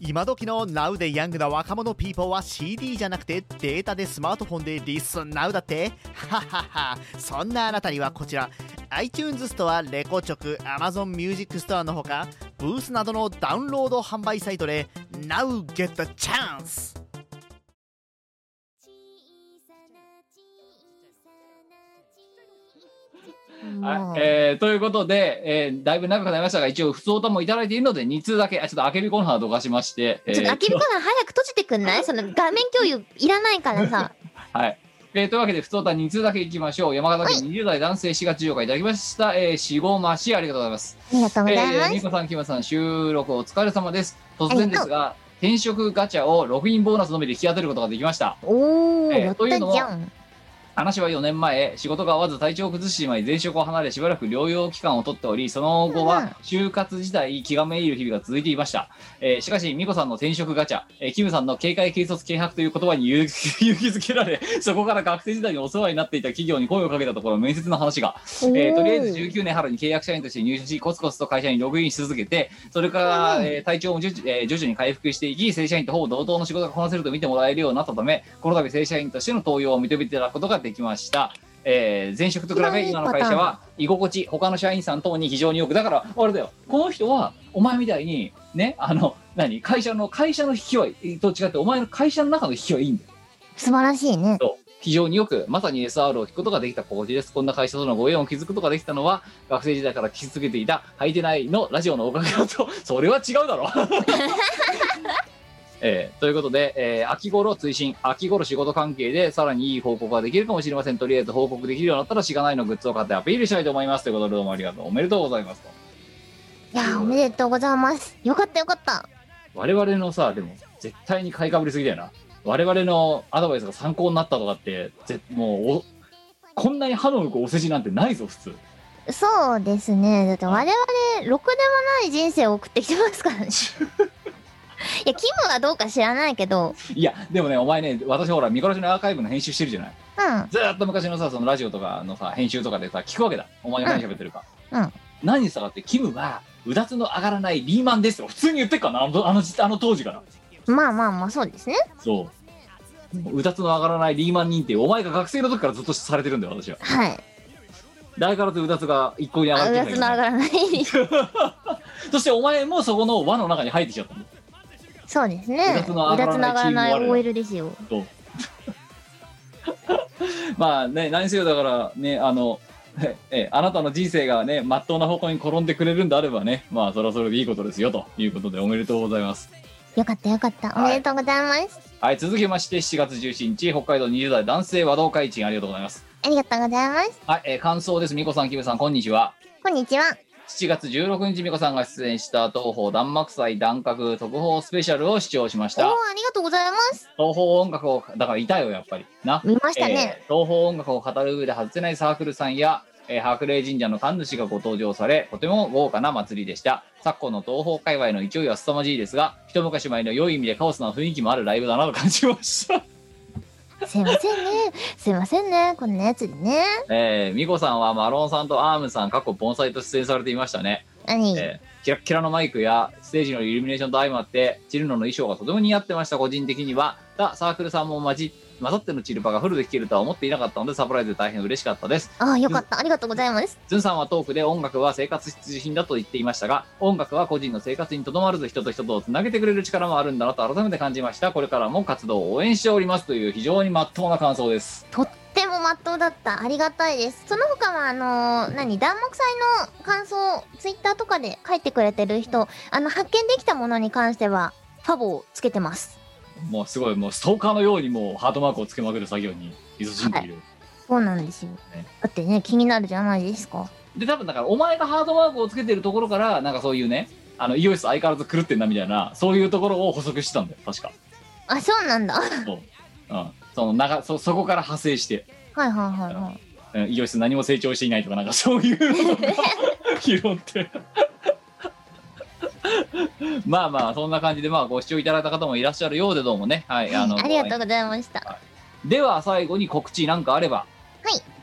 今時の Now でヤングな若者ピーポーは CD じゃなくてデータでスマートフォンでリスン Now だってはははそんなあなたにはこちら iTunes ストア、レコチョク、Amazon Music ストアのほかブースなどのダウンロード販売サイトで Now get the chance! もはうい、えーということで、えーだいぶ長くなりましたが、一応、普通歌もいただいているので、2通だけ、あちょっと開けるコーナーどかしまして、えーちょっと開けるから早く閉じてくんないその画面共有いらないからさ。はい。えーというわけで、普通歌2通だけいきましょう。山形県20代男性4月14日いただきました。えー、しごまし、ありがとうございます。ありがとうございえまー、す。みこさん、きまさん、収録お疲れ様です。突然ですが、転職ガチャをログインボーナスのみで引き当てることができました。おー、えーやっというのたもじゃん。話は4年前、仕事が合わず体調を崩してしまい、前職を離れ、しばらく療養期間を取っており、その後うんうんは就活時代、気がめいる日々が続いていました。えーしかし、美子さんの転職ガチャ、えーキムさんの警戒警察軽薄という言葉に勇気勇気づけられ、そこから学生時代にお世話になっていた企業に声をかけたところ、面接の話が、えーとりあえず19年春に契約社員として入社し、コツコツと会社にログインし続けて、それから、えー体調も徐々,、えー徐々に回復していき、正社員とほぼ同等の仕事がこなせると見てもらえるようになったため、この度正社員としての登用を認めていただくことができました。えー前職と比べ今の会社は居心地他の社員さん等に非常によくだからあれだよこの人はお前みたいにねあの何会社の会社の引きはいと違ってお前の会社の中の引きはいいんだよ素晴らしいね。と非常によくまさに SR を引くことができた心地ですこんな会社とのご縁を築くことができたのは学生時代から聞き続けていた「はいてない」のラジオのおかげだと それは違うだろう、えーということで、えー秋頃追伸秋頃仕事関係でさらにいい報告ができるかもしれませんとりあえず報告できるようになったらしがないのグッズを買ってアピールしたいと思いますということでどうもありがとうおめでとうございますといやー、おめでとうございます。よかったよかった。我々のさでも絶対に買いかぶりすぎだよな我々のアドバイスが参考になったとかってぜもうおこんなに歯の向くお世辞なんてないぞ普通そうですね。だって我々、ろくでもない人生を送ってきてますから ね。いや、キムはどうか知らないけど、いやでもねお前ね私ほら見殺しのアーカイブの編集してるじゃないうん。ずーっと昔のさそのラジオとかのさ編集とかでさ聞くわけだお前が何喋ってるか、うんうん何したかってキムはうだつの上がらないリーマンですよ普通に言ってっからなあのあの時あの当時からまあまあまあ、そうですね。そううだつの上がらないリーマン認定お前が学生の時からずっとされてるんだよ私ははい。だからとうだつが一向に上があっうてやきつたの上がらない。そしてお前もそこの輪の中に入ってきちゃったんだそうですね。うだつの上がらないうだつの上がらないチーム我ら OL ですよ。とまあね何せよだからねあのええあなたの人生がねまっとうな方向に転んでくれるんであればねまあそれはそれでいいことですよということでおめでとうございますよかったよかった。おはいめでとうございます。はい続きまして7月17日北海道20代男性和道会賃ありがとうございますありがとうございます。はい、えー感想ですみこさんきむさんこんにちはこんにちは。 7月16日、みこさんが出演した東宝弾幕祭弾閣特報スペシャルを視聴しましおーた。ありがとうございます。東宝音楽を、だからいたよ、やっぱり。な。見ましたね。えー東方音楽を語る上で外せないサークルさんや、えー白麗神社の神主がご登場されとても豪華な祭りでした昨今の東方界隈の勢いは凄まじいですが一昔前の良い意味でカオスな雰囲気もあるライブだなと感じました すいませんね。すいませんね。こんなやつでね。えー、美子さんはマロンさんとアームさん過去盆栽と出演されていましたね、何、えーキラッキラのマイクやステージのイルミネーションと相まってチルノの衣装がとても似合ってました個人的にはたサークルさんも混じ混ざってのチルパがフルで聴けるとは思っていなかったのでサプライズで大変嬉しかったですああ、よかった。ありがとうございます。ズンさんはトークで音楽は生活必需品だと言っていましたが、音楽は個人の生活にとどまらず人と人とをつなげてくれる力もあるんだなと改めて感じました。これからも活動を応援しておりますという非常に真っ当な感想です。とってもまっとうだった。ありがたいです。その他は、あのー何、弾幕祭の感想、ツイッターとかで書いてくれてる人、あの、発見できたものに関しては、ファボをつけてます。もうすごい、もうストーカーのようにもうハートマークをつけまくる作業に勤しんでいる。そうなんですよね。だってね、気になるじゃないですか。で、多分だからお前がハートマークをつけてるところから、なんかそういうね、あの、イオシス相変わらず狂ってんなみたいな、そういうところを補足してたんだよ、確か。あ、そうなんだ。はい うん。その、ながそ、そこから派生して。はいはいはい。うんイオシス何も成長していないとかなんかそういうのとか 拾ってまあまあそんな感じでまあご視聴いただいた方もいらっしゃるようでどうもねはいあのありがとうございました。では最後に告知なんかあれば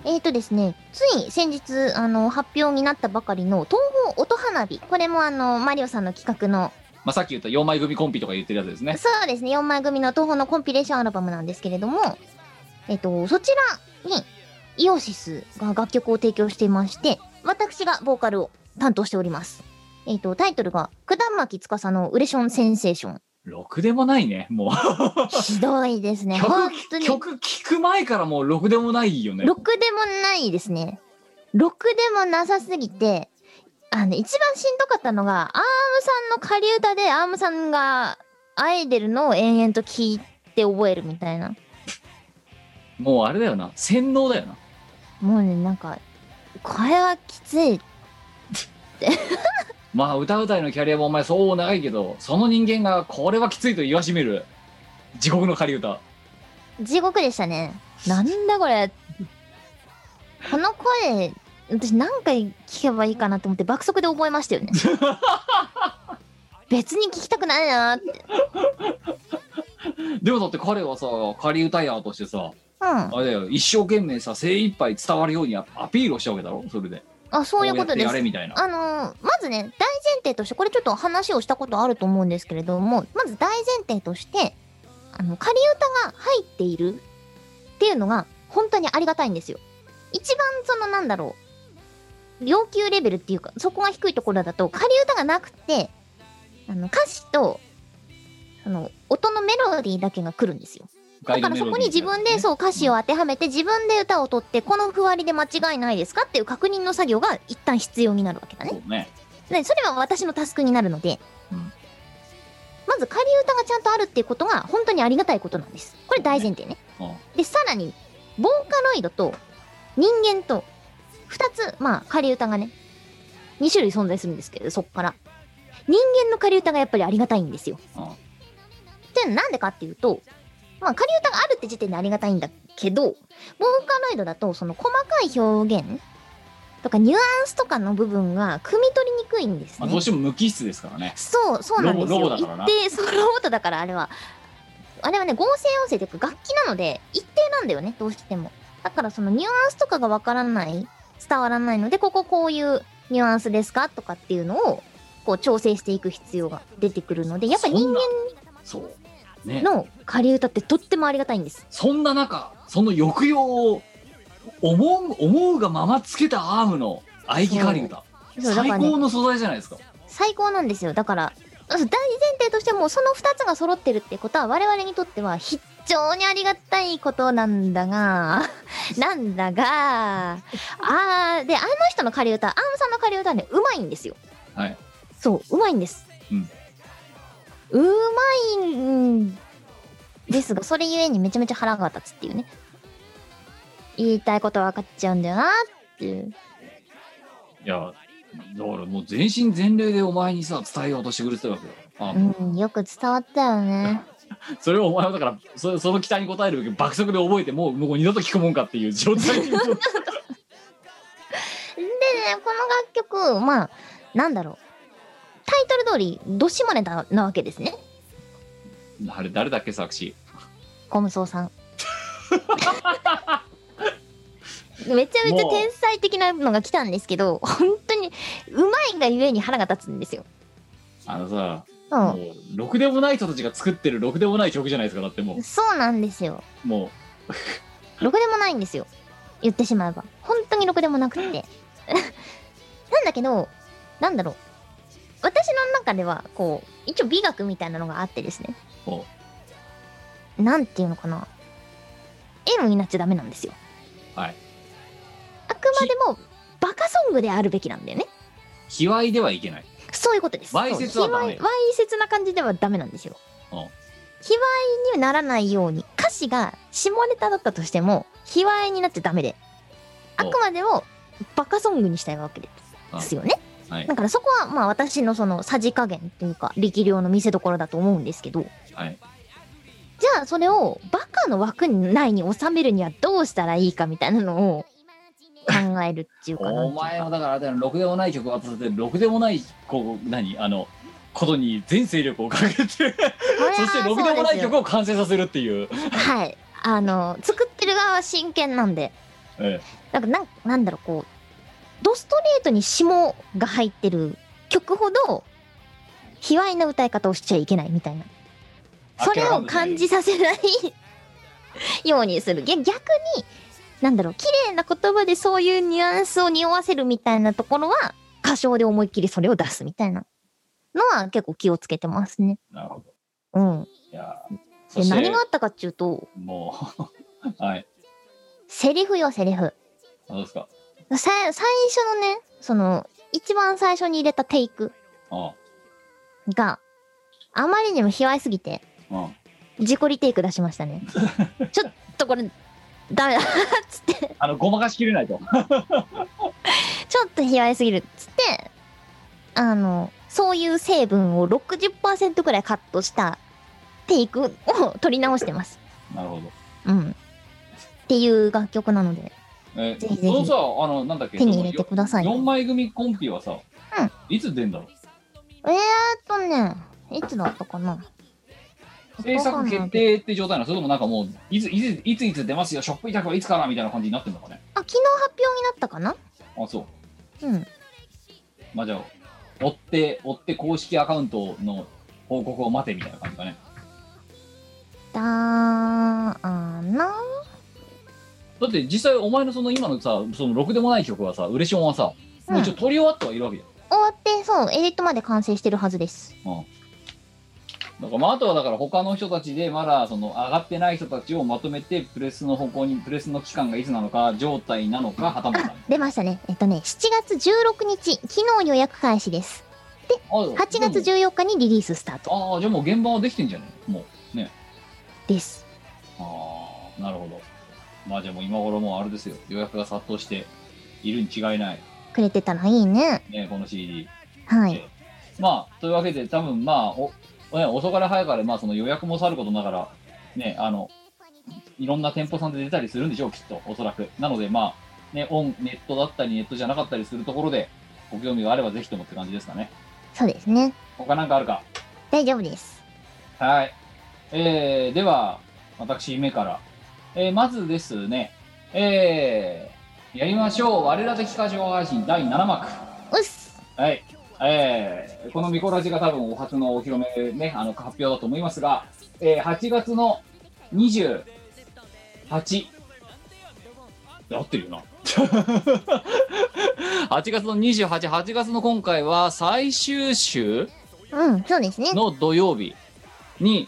えーとですね、つい先日、あの、発表になったばかりの東方音花火。これもあの、マリオさんの企画のまあ、さっき言った4枚組コンピとか言ってるやつです ね。そうですね、4枚組の東宝のコンピレーションアルバムなんですけれども、えっと、そちらにイオシスが楽曲を提供していまして、私がボーカルを担当しております。えっと、タイトルが、九段巻司のウレションセンセーション。ろくでもないね。もひどいですね。曲本当う、に。曲聴く前からもうろくでもないよね。ろくでもないですね。ろくでもなさすぎて、あの、一番しんどかったのが、アームさんの仮歌でアームさんがアイデルのを延々と聞いて覚えるみたいな。もうあれだよな。洗脳だよな。もうね、なんか、これはきつい。まあ、歌うたいのキャリアもお前そう長いけど、その人間がこれはきついと言わしめる。地獄の仮歌。地獄でしたね。なんだこれ。この声、私何回聞けばいいかなと思って爆速で覚えましたよね。別に聞きたくないなーって。でもだって彼はさ、仮歌やとしてさ、うん。あれだよ、一生懸命さ、精一杯伝わるようにアアピールをしたわけだろ、それで。あ、そういうことこうやでってやすれ。みたいな。あのーまずね大前提としてこれちょっと話をしたことあると思うんですけれどもまず大前提としてあの仮歌が入っているっていうのが本当にありがたいんですよ。一番そのなんだろう要求レベルっていうかそこが低いところだと仮歌がなくてあの歌詞とその音のメロディーだけが来るんですよ。ガだイかドらメそロこディーに自分でそう歌詞を当てはめて自分で歌を取ってこの譜割りで間違いないですかっていう確認の作業が一旦必要になるわけだね。そうね。でそれは私のタスクになるので、うんまず仮歌がちゃんとあるっていうことが本当にありがたいことなんですこれ大前提ねうんでさらにボーカロイドと人間と2つまあ仮歌がね2種類存在するんですけどそっから人間の仮歌がやっぱりありがたいんですようんってなんでかっていうとまあ仮歌があるって時点でありがたいんだけどボーカロイドだとその細かい表現とかニュアンスとかの部分が汲み取りにくいんですまあ、ねどうしても無機質ですからね。そう、そうなんですよ。ロボロボだからな一定、そう、ロボットだから、あれは。あれはね、合成音声というか楽器なので、一定なんだよね、どうしても。だから、そのニュアンスとかがわからない、伝わらないので、こここういうニュアンスですかとかっていうのを、こう調整していく必要が出てくるので、やっぱり人そう。間。ねの仮歌ってとってもありがたいんです。そんな中、その抑揚を思う思うがままつけたアームの喘ぎ狩り歌。そう、だか最らね高、の素材じゃないですか。最高なんですよ。だから、大前提としても、その2つが揃ってるってことは、我々にとっては非常にありがたいことなんだが、 なんだが、あー、で、あの人の仮歌、アームさんの仮歌はね、うまいんですよ。はい。そう、うまいんです。うん。うまいんですが、それゆえにめちゃめちゃ腹が立つっていうね。言いたいことは分かっちゃうんだよなっていう。いや、だからもう全身全霊でお前にさ、伝えようとしてくれてたわけよ。あうん、よく伝わったよね。それをお前はだからそ、その期待に応えるべく爆速で覚えて、もうもう二度と聞くもんかっていう状 態にでね、この楽曲、まあ、なんだろう。タイトル通り、ど下ネタなわけですね。あれ、誰だっけ、作詞。コムソウさん。 めちゃめちゃ天才的なのが来たんですけど、本当に、うまいがゆえに腹が立つんですよ。あのさ、うもう、ろくでもない人たちが作ってるろくでもない曲じゃないですか、だってもん。そうなんですよ。う、もろくでもないんですよ。言ってしまえば。本当にろくでもなくって。 なんだけど、なんだろう。私の中では、こう、一応美学みたいなのがあってですね。う、もなんていうのかな M になっちゃダメなんですよはいあくまでもバカソングであるべきなんだよねう、卑猥ではいけない。そういうことですわいせつはダメそう卑猥わいせつな感じではダメなんですようん卑猥にならないように歌詞が下ネタだったとしても卑猥になっちゃダメであうんくまでもバカソングにしたいわけですよねはいだ。からそこはまあ私のそのさじ加減っていうか力量の見せ所だと思うんですけどはい。じゃあそれをバカの枠内に収めるにはどうしたらいいかみたいなのを考えるっていうかなおんていう前かはだからあれだよ、ろくでもない曲渡せて、ろくでもない、こう、何、あの、ことに全精力をか けて、そしてこれはろくでもないそう曲を完成させるっていう。ですよはいあの作ってる側は真剣なんでえなんかなんなんだろうこうドストレートに霜が入ってる曲ほど卑猥な歌い方をしちゃいけないみたいな。それを感じさせないようにする。逆逆に、なんだろう、綺麗な言葉でそういうニュアンスを匂わせるみたいなところは、歌唱で思いっきりそれを出すみたいなのは結構気をつけてますね。なるほど。うん。いやー、そで、して何があったかっていうと、もう、 はい。セリフよ、セリフ。あ、どうですか。さ最初のね、その、一番最初に入れたテイクあが、あまりにも卑猥すぎて、あ、うん。自己リテイク出しましたね。ちょっとこれ、ダメだっつって、あの、ごまかしきれないと。ちょっと卑猥すぎるっつって、あの、そういう成分を60%くらいカットしたテイクを取り直してます。なるほど。うん。っていう楽曲なので。えぜひぜひそのさ、あの、なんだっけ、手に入れてください4枚組コンピはさ、うんいつ出んだろうえーっとね、いつだったかな制作決定って状態なのそれともなんかもういついついついつ出ますよショップ委託はいつからみたいな感じになってるのかねあ、昨日発表になったかなあそううん。まあじゃあ追って追って公式アカウントの報告を待てみたいな感じかねだーなだって実際お前のその今のさそのろくでもない曲はさ嬉しおんはさもう一応取り終わってはいるわけだよ、終わって、そう、エディットまで完成してるはずです。だからまああとはだから他の人たちでまだその上がってない人たちをまとめてプレスの方向にプレスの期間がいつなのか状態なのかはたまたあ、出ましたね。えっとね、7月16日、昨日予約開始です。 8 8月14日にリリーススタートああじゃあもう現場はできてんじゃねもうです。ああ、なるほど。まあじゃあもう今頃もうあれですよ。予約が殺到しているに違いない。くれてたらいいね。ね、この CD。はい。まあ、というわけで多分まあ、お、ね、遅かれ早かれ、まあその予約もさることながら、ね、あの、いろんな店舗さんで出たりするんでしょう、きっと、おそらく。なのでまあ、ね、オン、ネットだったり、ネットじゃなかったりするところで、ご興味があればぜひともって感じですかね。そうですね。他なんかあるか大丈夫です。はい。えー、では、私、目から。えー、まずですね、えー、やりましょう。我ら的歌唱配信第7幕。うっす。はい。えー、このミコラジが多分お初のお披露目ね、あの、発表だと思いますが、えー、8月の28。合ってるよな。8月の28、8月の今回は最終週うん、そうですね。の土曜日に、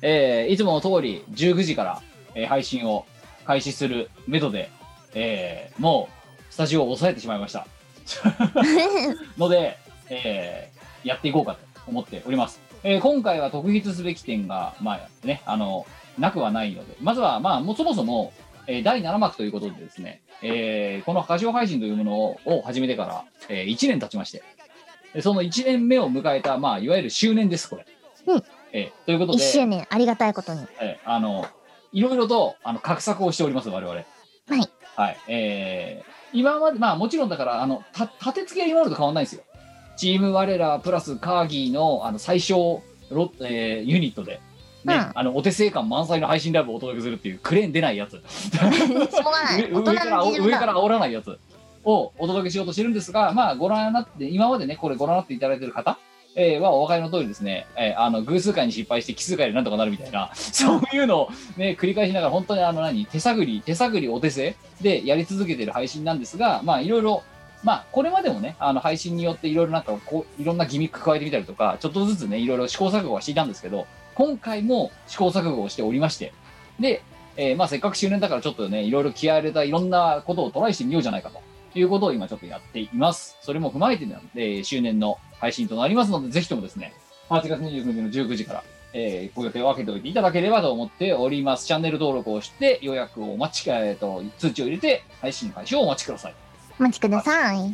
えーいつもの通り19時から、えー配信を開始するめどで、えーもうスタジオを抑えてしまいましたので、えーやっていこうかと思っております、えー今回は特筆すべき点が、まあね、あのなくはないのでまずは、まあ、もうそもそも、えー第7幕ということでですね、えーこの歌唱配信というものをを始めてから、え1年経ちましてでその1年目を迎えた、まあ、いわゆる周年ですこれ、うんえーということ1で周年、ありがたいこと に。えーあの、いろいろと、あの、画策をしております、我々。はい。はい。はい。えー今まで、まあもちろんだから、あの、た、立て付けは今までと変わんないんですよ。チーム我らプラスカーギーの、あの、最小ロ、えーユニットで、ね、うんあの、お手製感満載の配信ライブをお届けするっていう、クレーン出ないやつ。しょうがない。上大人上からの事情上からだ。煽らないやつをお届けしようとしてるんですが、まあ、ご覧になって、今までね、これご覧になっていただいてる方、えーはお分かりの通りですね、えーあの偶数回に失敗して奇数回でなんとかなるみたいな、そういうのを、ね、繰り返しながら、本当にあの何手探り、手探りお手製でやり続けてる配信なんですが、まあ、いろいろ、まあ、これまでもね、あの配信によっていろいろなんかこう、いろんなギミック加えてみたりとか、ちょっとずつね、いろいろ試行錯誤はしていたんですけど、今回も試行錯誤をしておりまして、で、えーまあ、せっかく周年だからちょっとね、いろいろ気合い入れたいろんなことをトライしてみようじゃないかということを今ちょっとやっています。それも踏まえてなんで、えー周年の配信となりますので、ぜひともですね、8月29日の19時から、えーご予定を開けておいていただければと思っております。チャンネル登録をして、予約をお待ち、えー、と通知を入れて、配信開始をお待ちください。お待ちください。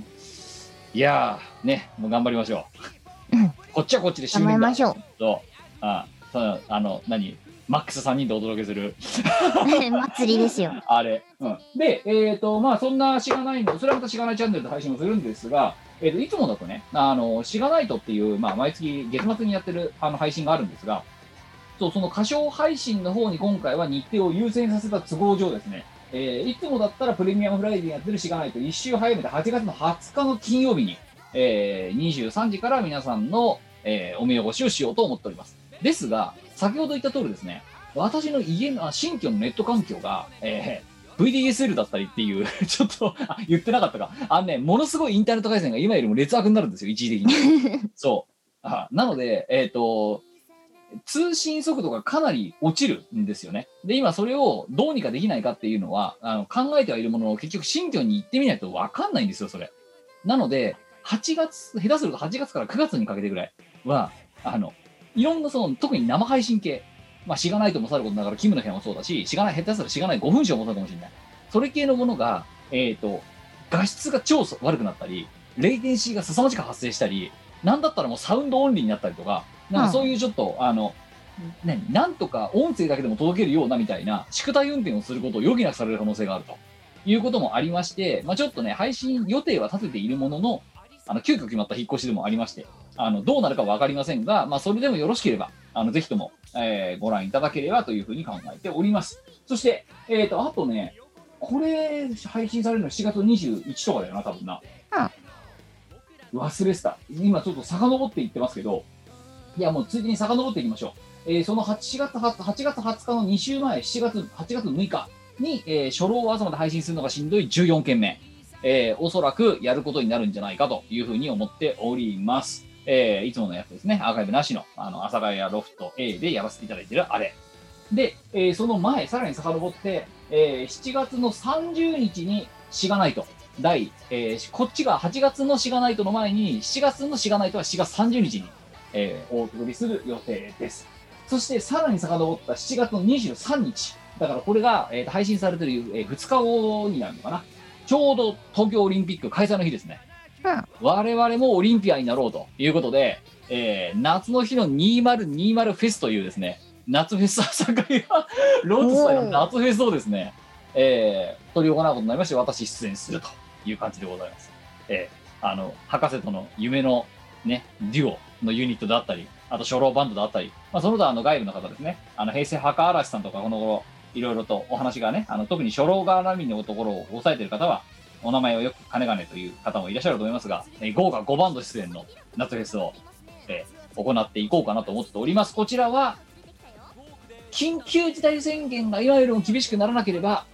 いやー、ね、もう頑張りましょううん。こっちはこっちで周頑張り年だましょう。と、あそのあの、何、マックス3人でお届けする。祭りですよ。あれ。うん、で、えっ、と、まあ、そんなしがないの、それはまたしがないチャンネルで配信をするんですが、えっ、と、いつもだとね、あの、しがないとっていう、まあ、毎月月末にやってるあの配信があるんですが、そうその歌唱配信の方に今回は日程を優先させた都合上ですね、えーいつもだったらプレミアムフライデーやってるしがないと、1週早めて8月の20日の金曜日に、えー23時から皆さんの、えーお見汚しをしようと思っております。ですが、先ほど言った通りですね、私の家の、あ新居のネット環境が、えー VDSL だったりっていう、 ちょっと、あ言ってなかったか。あのね、ものすごいインターネット回線が今よりも劣悪になるんですよ、一時的に。そう。あなので、えっ、と、通信速度がかなり落ちるんですよね。で、今それをどうにかできないかっていうのは、あの考えてはいるものの、結局新居に行ってみないとわかんないんですよ、それ。なので、8月、下手すると8月から9月にかけてぐらいは、あの、いろんなその、特に生配信系、まあ、しがないともさることながら、キムの部屋もそうだし、しがない、下手するとしがない5分賞もそうかもしれない。それ系のものが、えっ、と、画質が超悪くなったり、レイテンシーが凄まじく発生したり、なんだったらもうサウンドオンリーになったりとか、なんかそういうちょっと、あの、何なんとか音声だけでも届けるようなみたいな宿題運転をすることを余儀なくされる可能性があるということもありまして、まあ、ちょっとね配信予定は立てているもののあの急遽決まった引っ越しでもありましてあのどうなるか分かりませんが、まあ、それでもよろしければあのぜひとも、えーご覧いただければというふうに考えておりますそして、えー、とあとねこれ配信されるの7月21とかだよな多分な、忘れてた今ちょっと遡っていってますけどいやもうついでに遡っていきましょうえーその8月 ,8 月20日の2週前、7月、8月6日に、えー初老を朝まで配信するのがしんどい14件目、えーおそらくやることになるんじゃないかというふうに思っております。えーいつものやつですね、アーカイブなしの、あの、朝ヶ谷ロフト A でやらせていただいてるあれ。で、えーその前、さらに遡って、えー7月の30日に、しがないと。第、えーこっちが8月のしがないとの前に、7月のしがないとは4月30日に、えーお送りする予定です。そしてさらに遡った7月の23日、だからこれが、えー配信されてる、え2日後になるのかな、ちょうど東京オリンピック開催の日ですね。うん我々もオリンピアになろうということで、えー夏の日の2020フェスというですね、夏フェス朝会が、 ローズさんの夏フェスをですね、えー、取り行うことになりまして、私出演するという感じでございます。えーあの、博士との夢のね、デュオのユニットだったり、あと初老バンドだったり、まあ、その他あの外部の方ですね、あの平成墓嵐さんとかこの頃、いろいろとお話がね、あの特に初老絡みのところを押さえてる方は、お名前をよく金ねという方もいらっしゃると思いますが、えー豪華5バンド出演の夏フェスを、えー行っていこうかなと思っております。こちらは、緊急事態宣言が今よりも厳しくならなければ、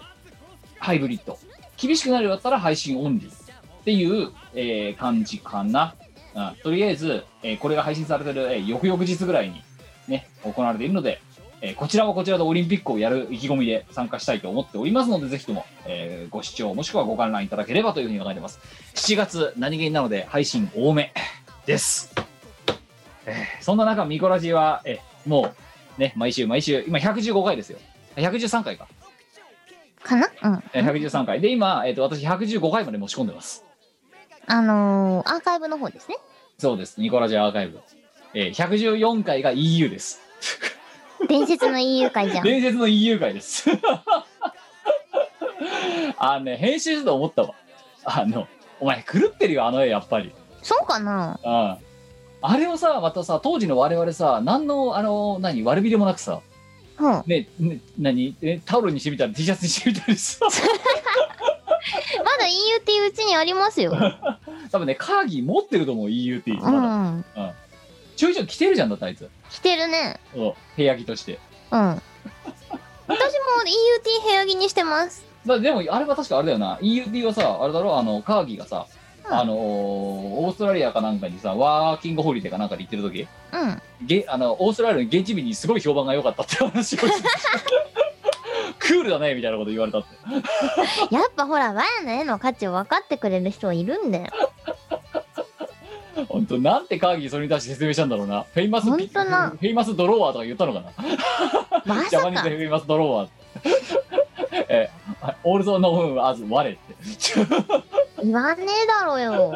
ハイブリッド。厳しくなるようだったら配信オンリーっていう、えー感じかな。うん、とりあえず、えーこれが配信されてる、えー翌々日ぐらいに、ね、行われているので、えーこちらはこちらでオリンピックをやる意気込みで参加したいと思っておりますので、ぜひとも、えーご視聴もしくはご観覧いただければというふうに考えてます。7月、何気になので配信多めです。えーそんな中、ミコラジは、えーもう、ね、毎週毎週、今115回ですよ。113回か。かなうん。えー113回。で、今、えー、と私115回まで持ち込んでます。あのー、アーカイブの方ですね。そうです。ニコラジアアーカイブ。えー、114回が EU です。伝説の EU 会じゃん。伝説の EU 会です。 あのね、編集してて思ったわ。あの、お前狂ってるよ、あの絵、やっぱり。そうかなうん。あれをさ、またさ、当時の我々さ、何の、あの、何、悪びれもなくさ、うん。ね、ね何、えタオルにしてみたり、T シャツにしてみたりさ、ま だ EU っていううちにあります よ。う多分ね、カーギー持ってると思う、EUT。まだん。ちょいちょい着てるじゃんだって、あいつ。着てるね。うん部屋着として。うん。私も EUT 部屋着にしてます。だでも、あれは確かあれだよな。EUT はさ、あれだろ、あの、カーギーがさ、うんあのーオーストラリアかなんかにさ、ワーキングホリデーかなんかで行ってる時うん。げあのオーストラリアの現地民にすごい評判が良かった って話を聞いてクールだねみたいなこと言われたってやっぱほら、ワヤの絵の価値を分かってくれる人いるんだよ。本当なんてカーギーそれに対して説明したんだろうなフェイマスピ本当なフェイマスドロワーとか言ったのかなまジさャパニーかズフ。ェイマスドロワー えオールゾーノームアズ我って言わねえだろよ。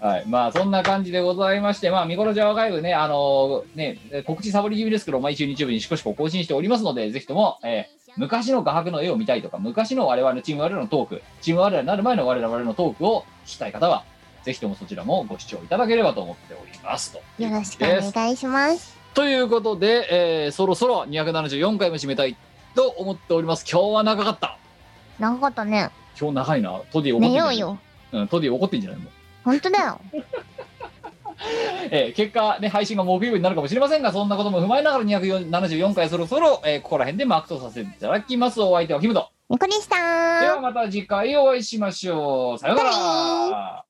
はいまあそんな感じでございましてまあミコロジャワガイブねあのね告知サボり気味ですけど毎週日曜日にしこしこ更新しておりますのでぜひとも、えー昔の画伯の絵を見たいとか、昔の我々のチーム我々のトーク、チーム我々になる前の我々のトークを聞きたい方は、ぜひともそちらもご視聴いただければと思っておりますと。よろしくでおす願いします。ということで、えーそろそろ274回も締めたいと思っております。今日は長かった。なかったね。今日長いな。トディ怒って寝んじゃよなういよ。うん、トディ怒ってんじゃないもん。ほんとだよ。えー結果、ね、配信が木曜日になるかもしれませんが、そんなことも踏まえながら274回そろそろ、えーここら辺でマークとさせていただきます。お相手はヒムト。ニコでしたではまた次回お会いしましょう。さようなら。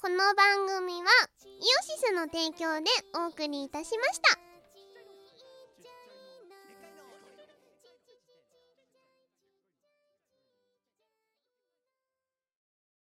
この番組はイオシスの提供でお送りいたしました。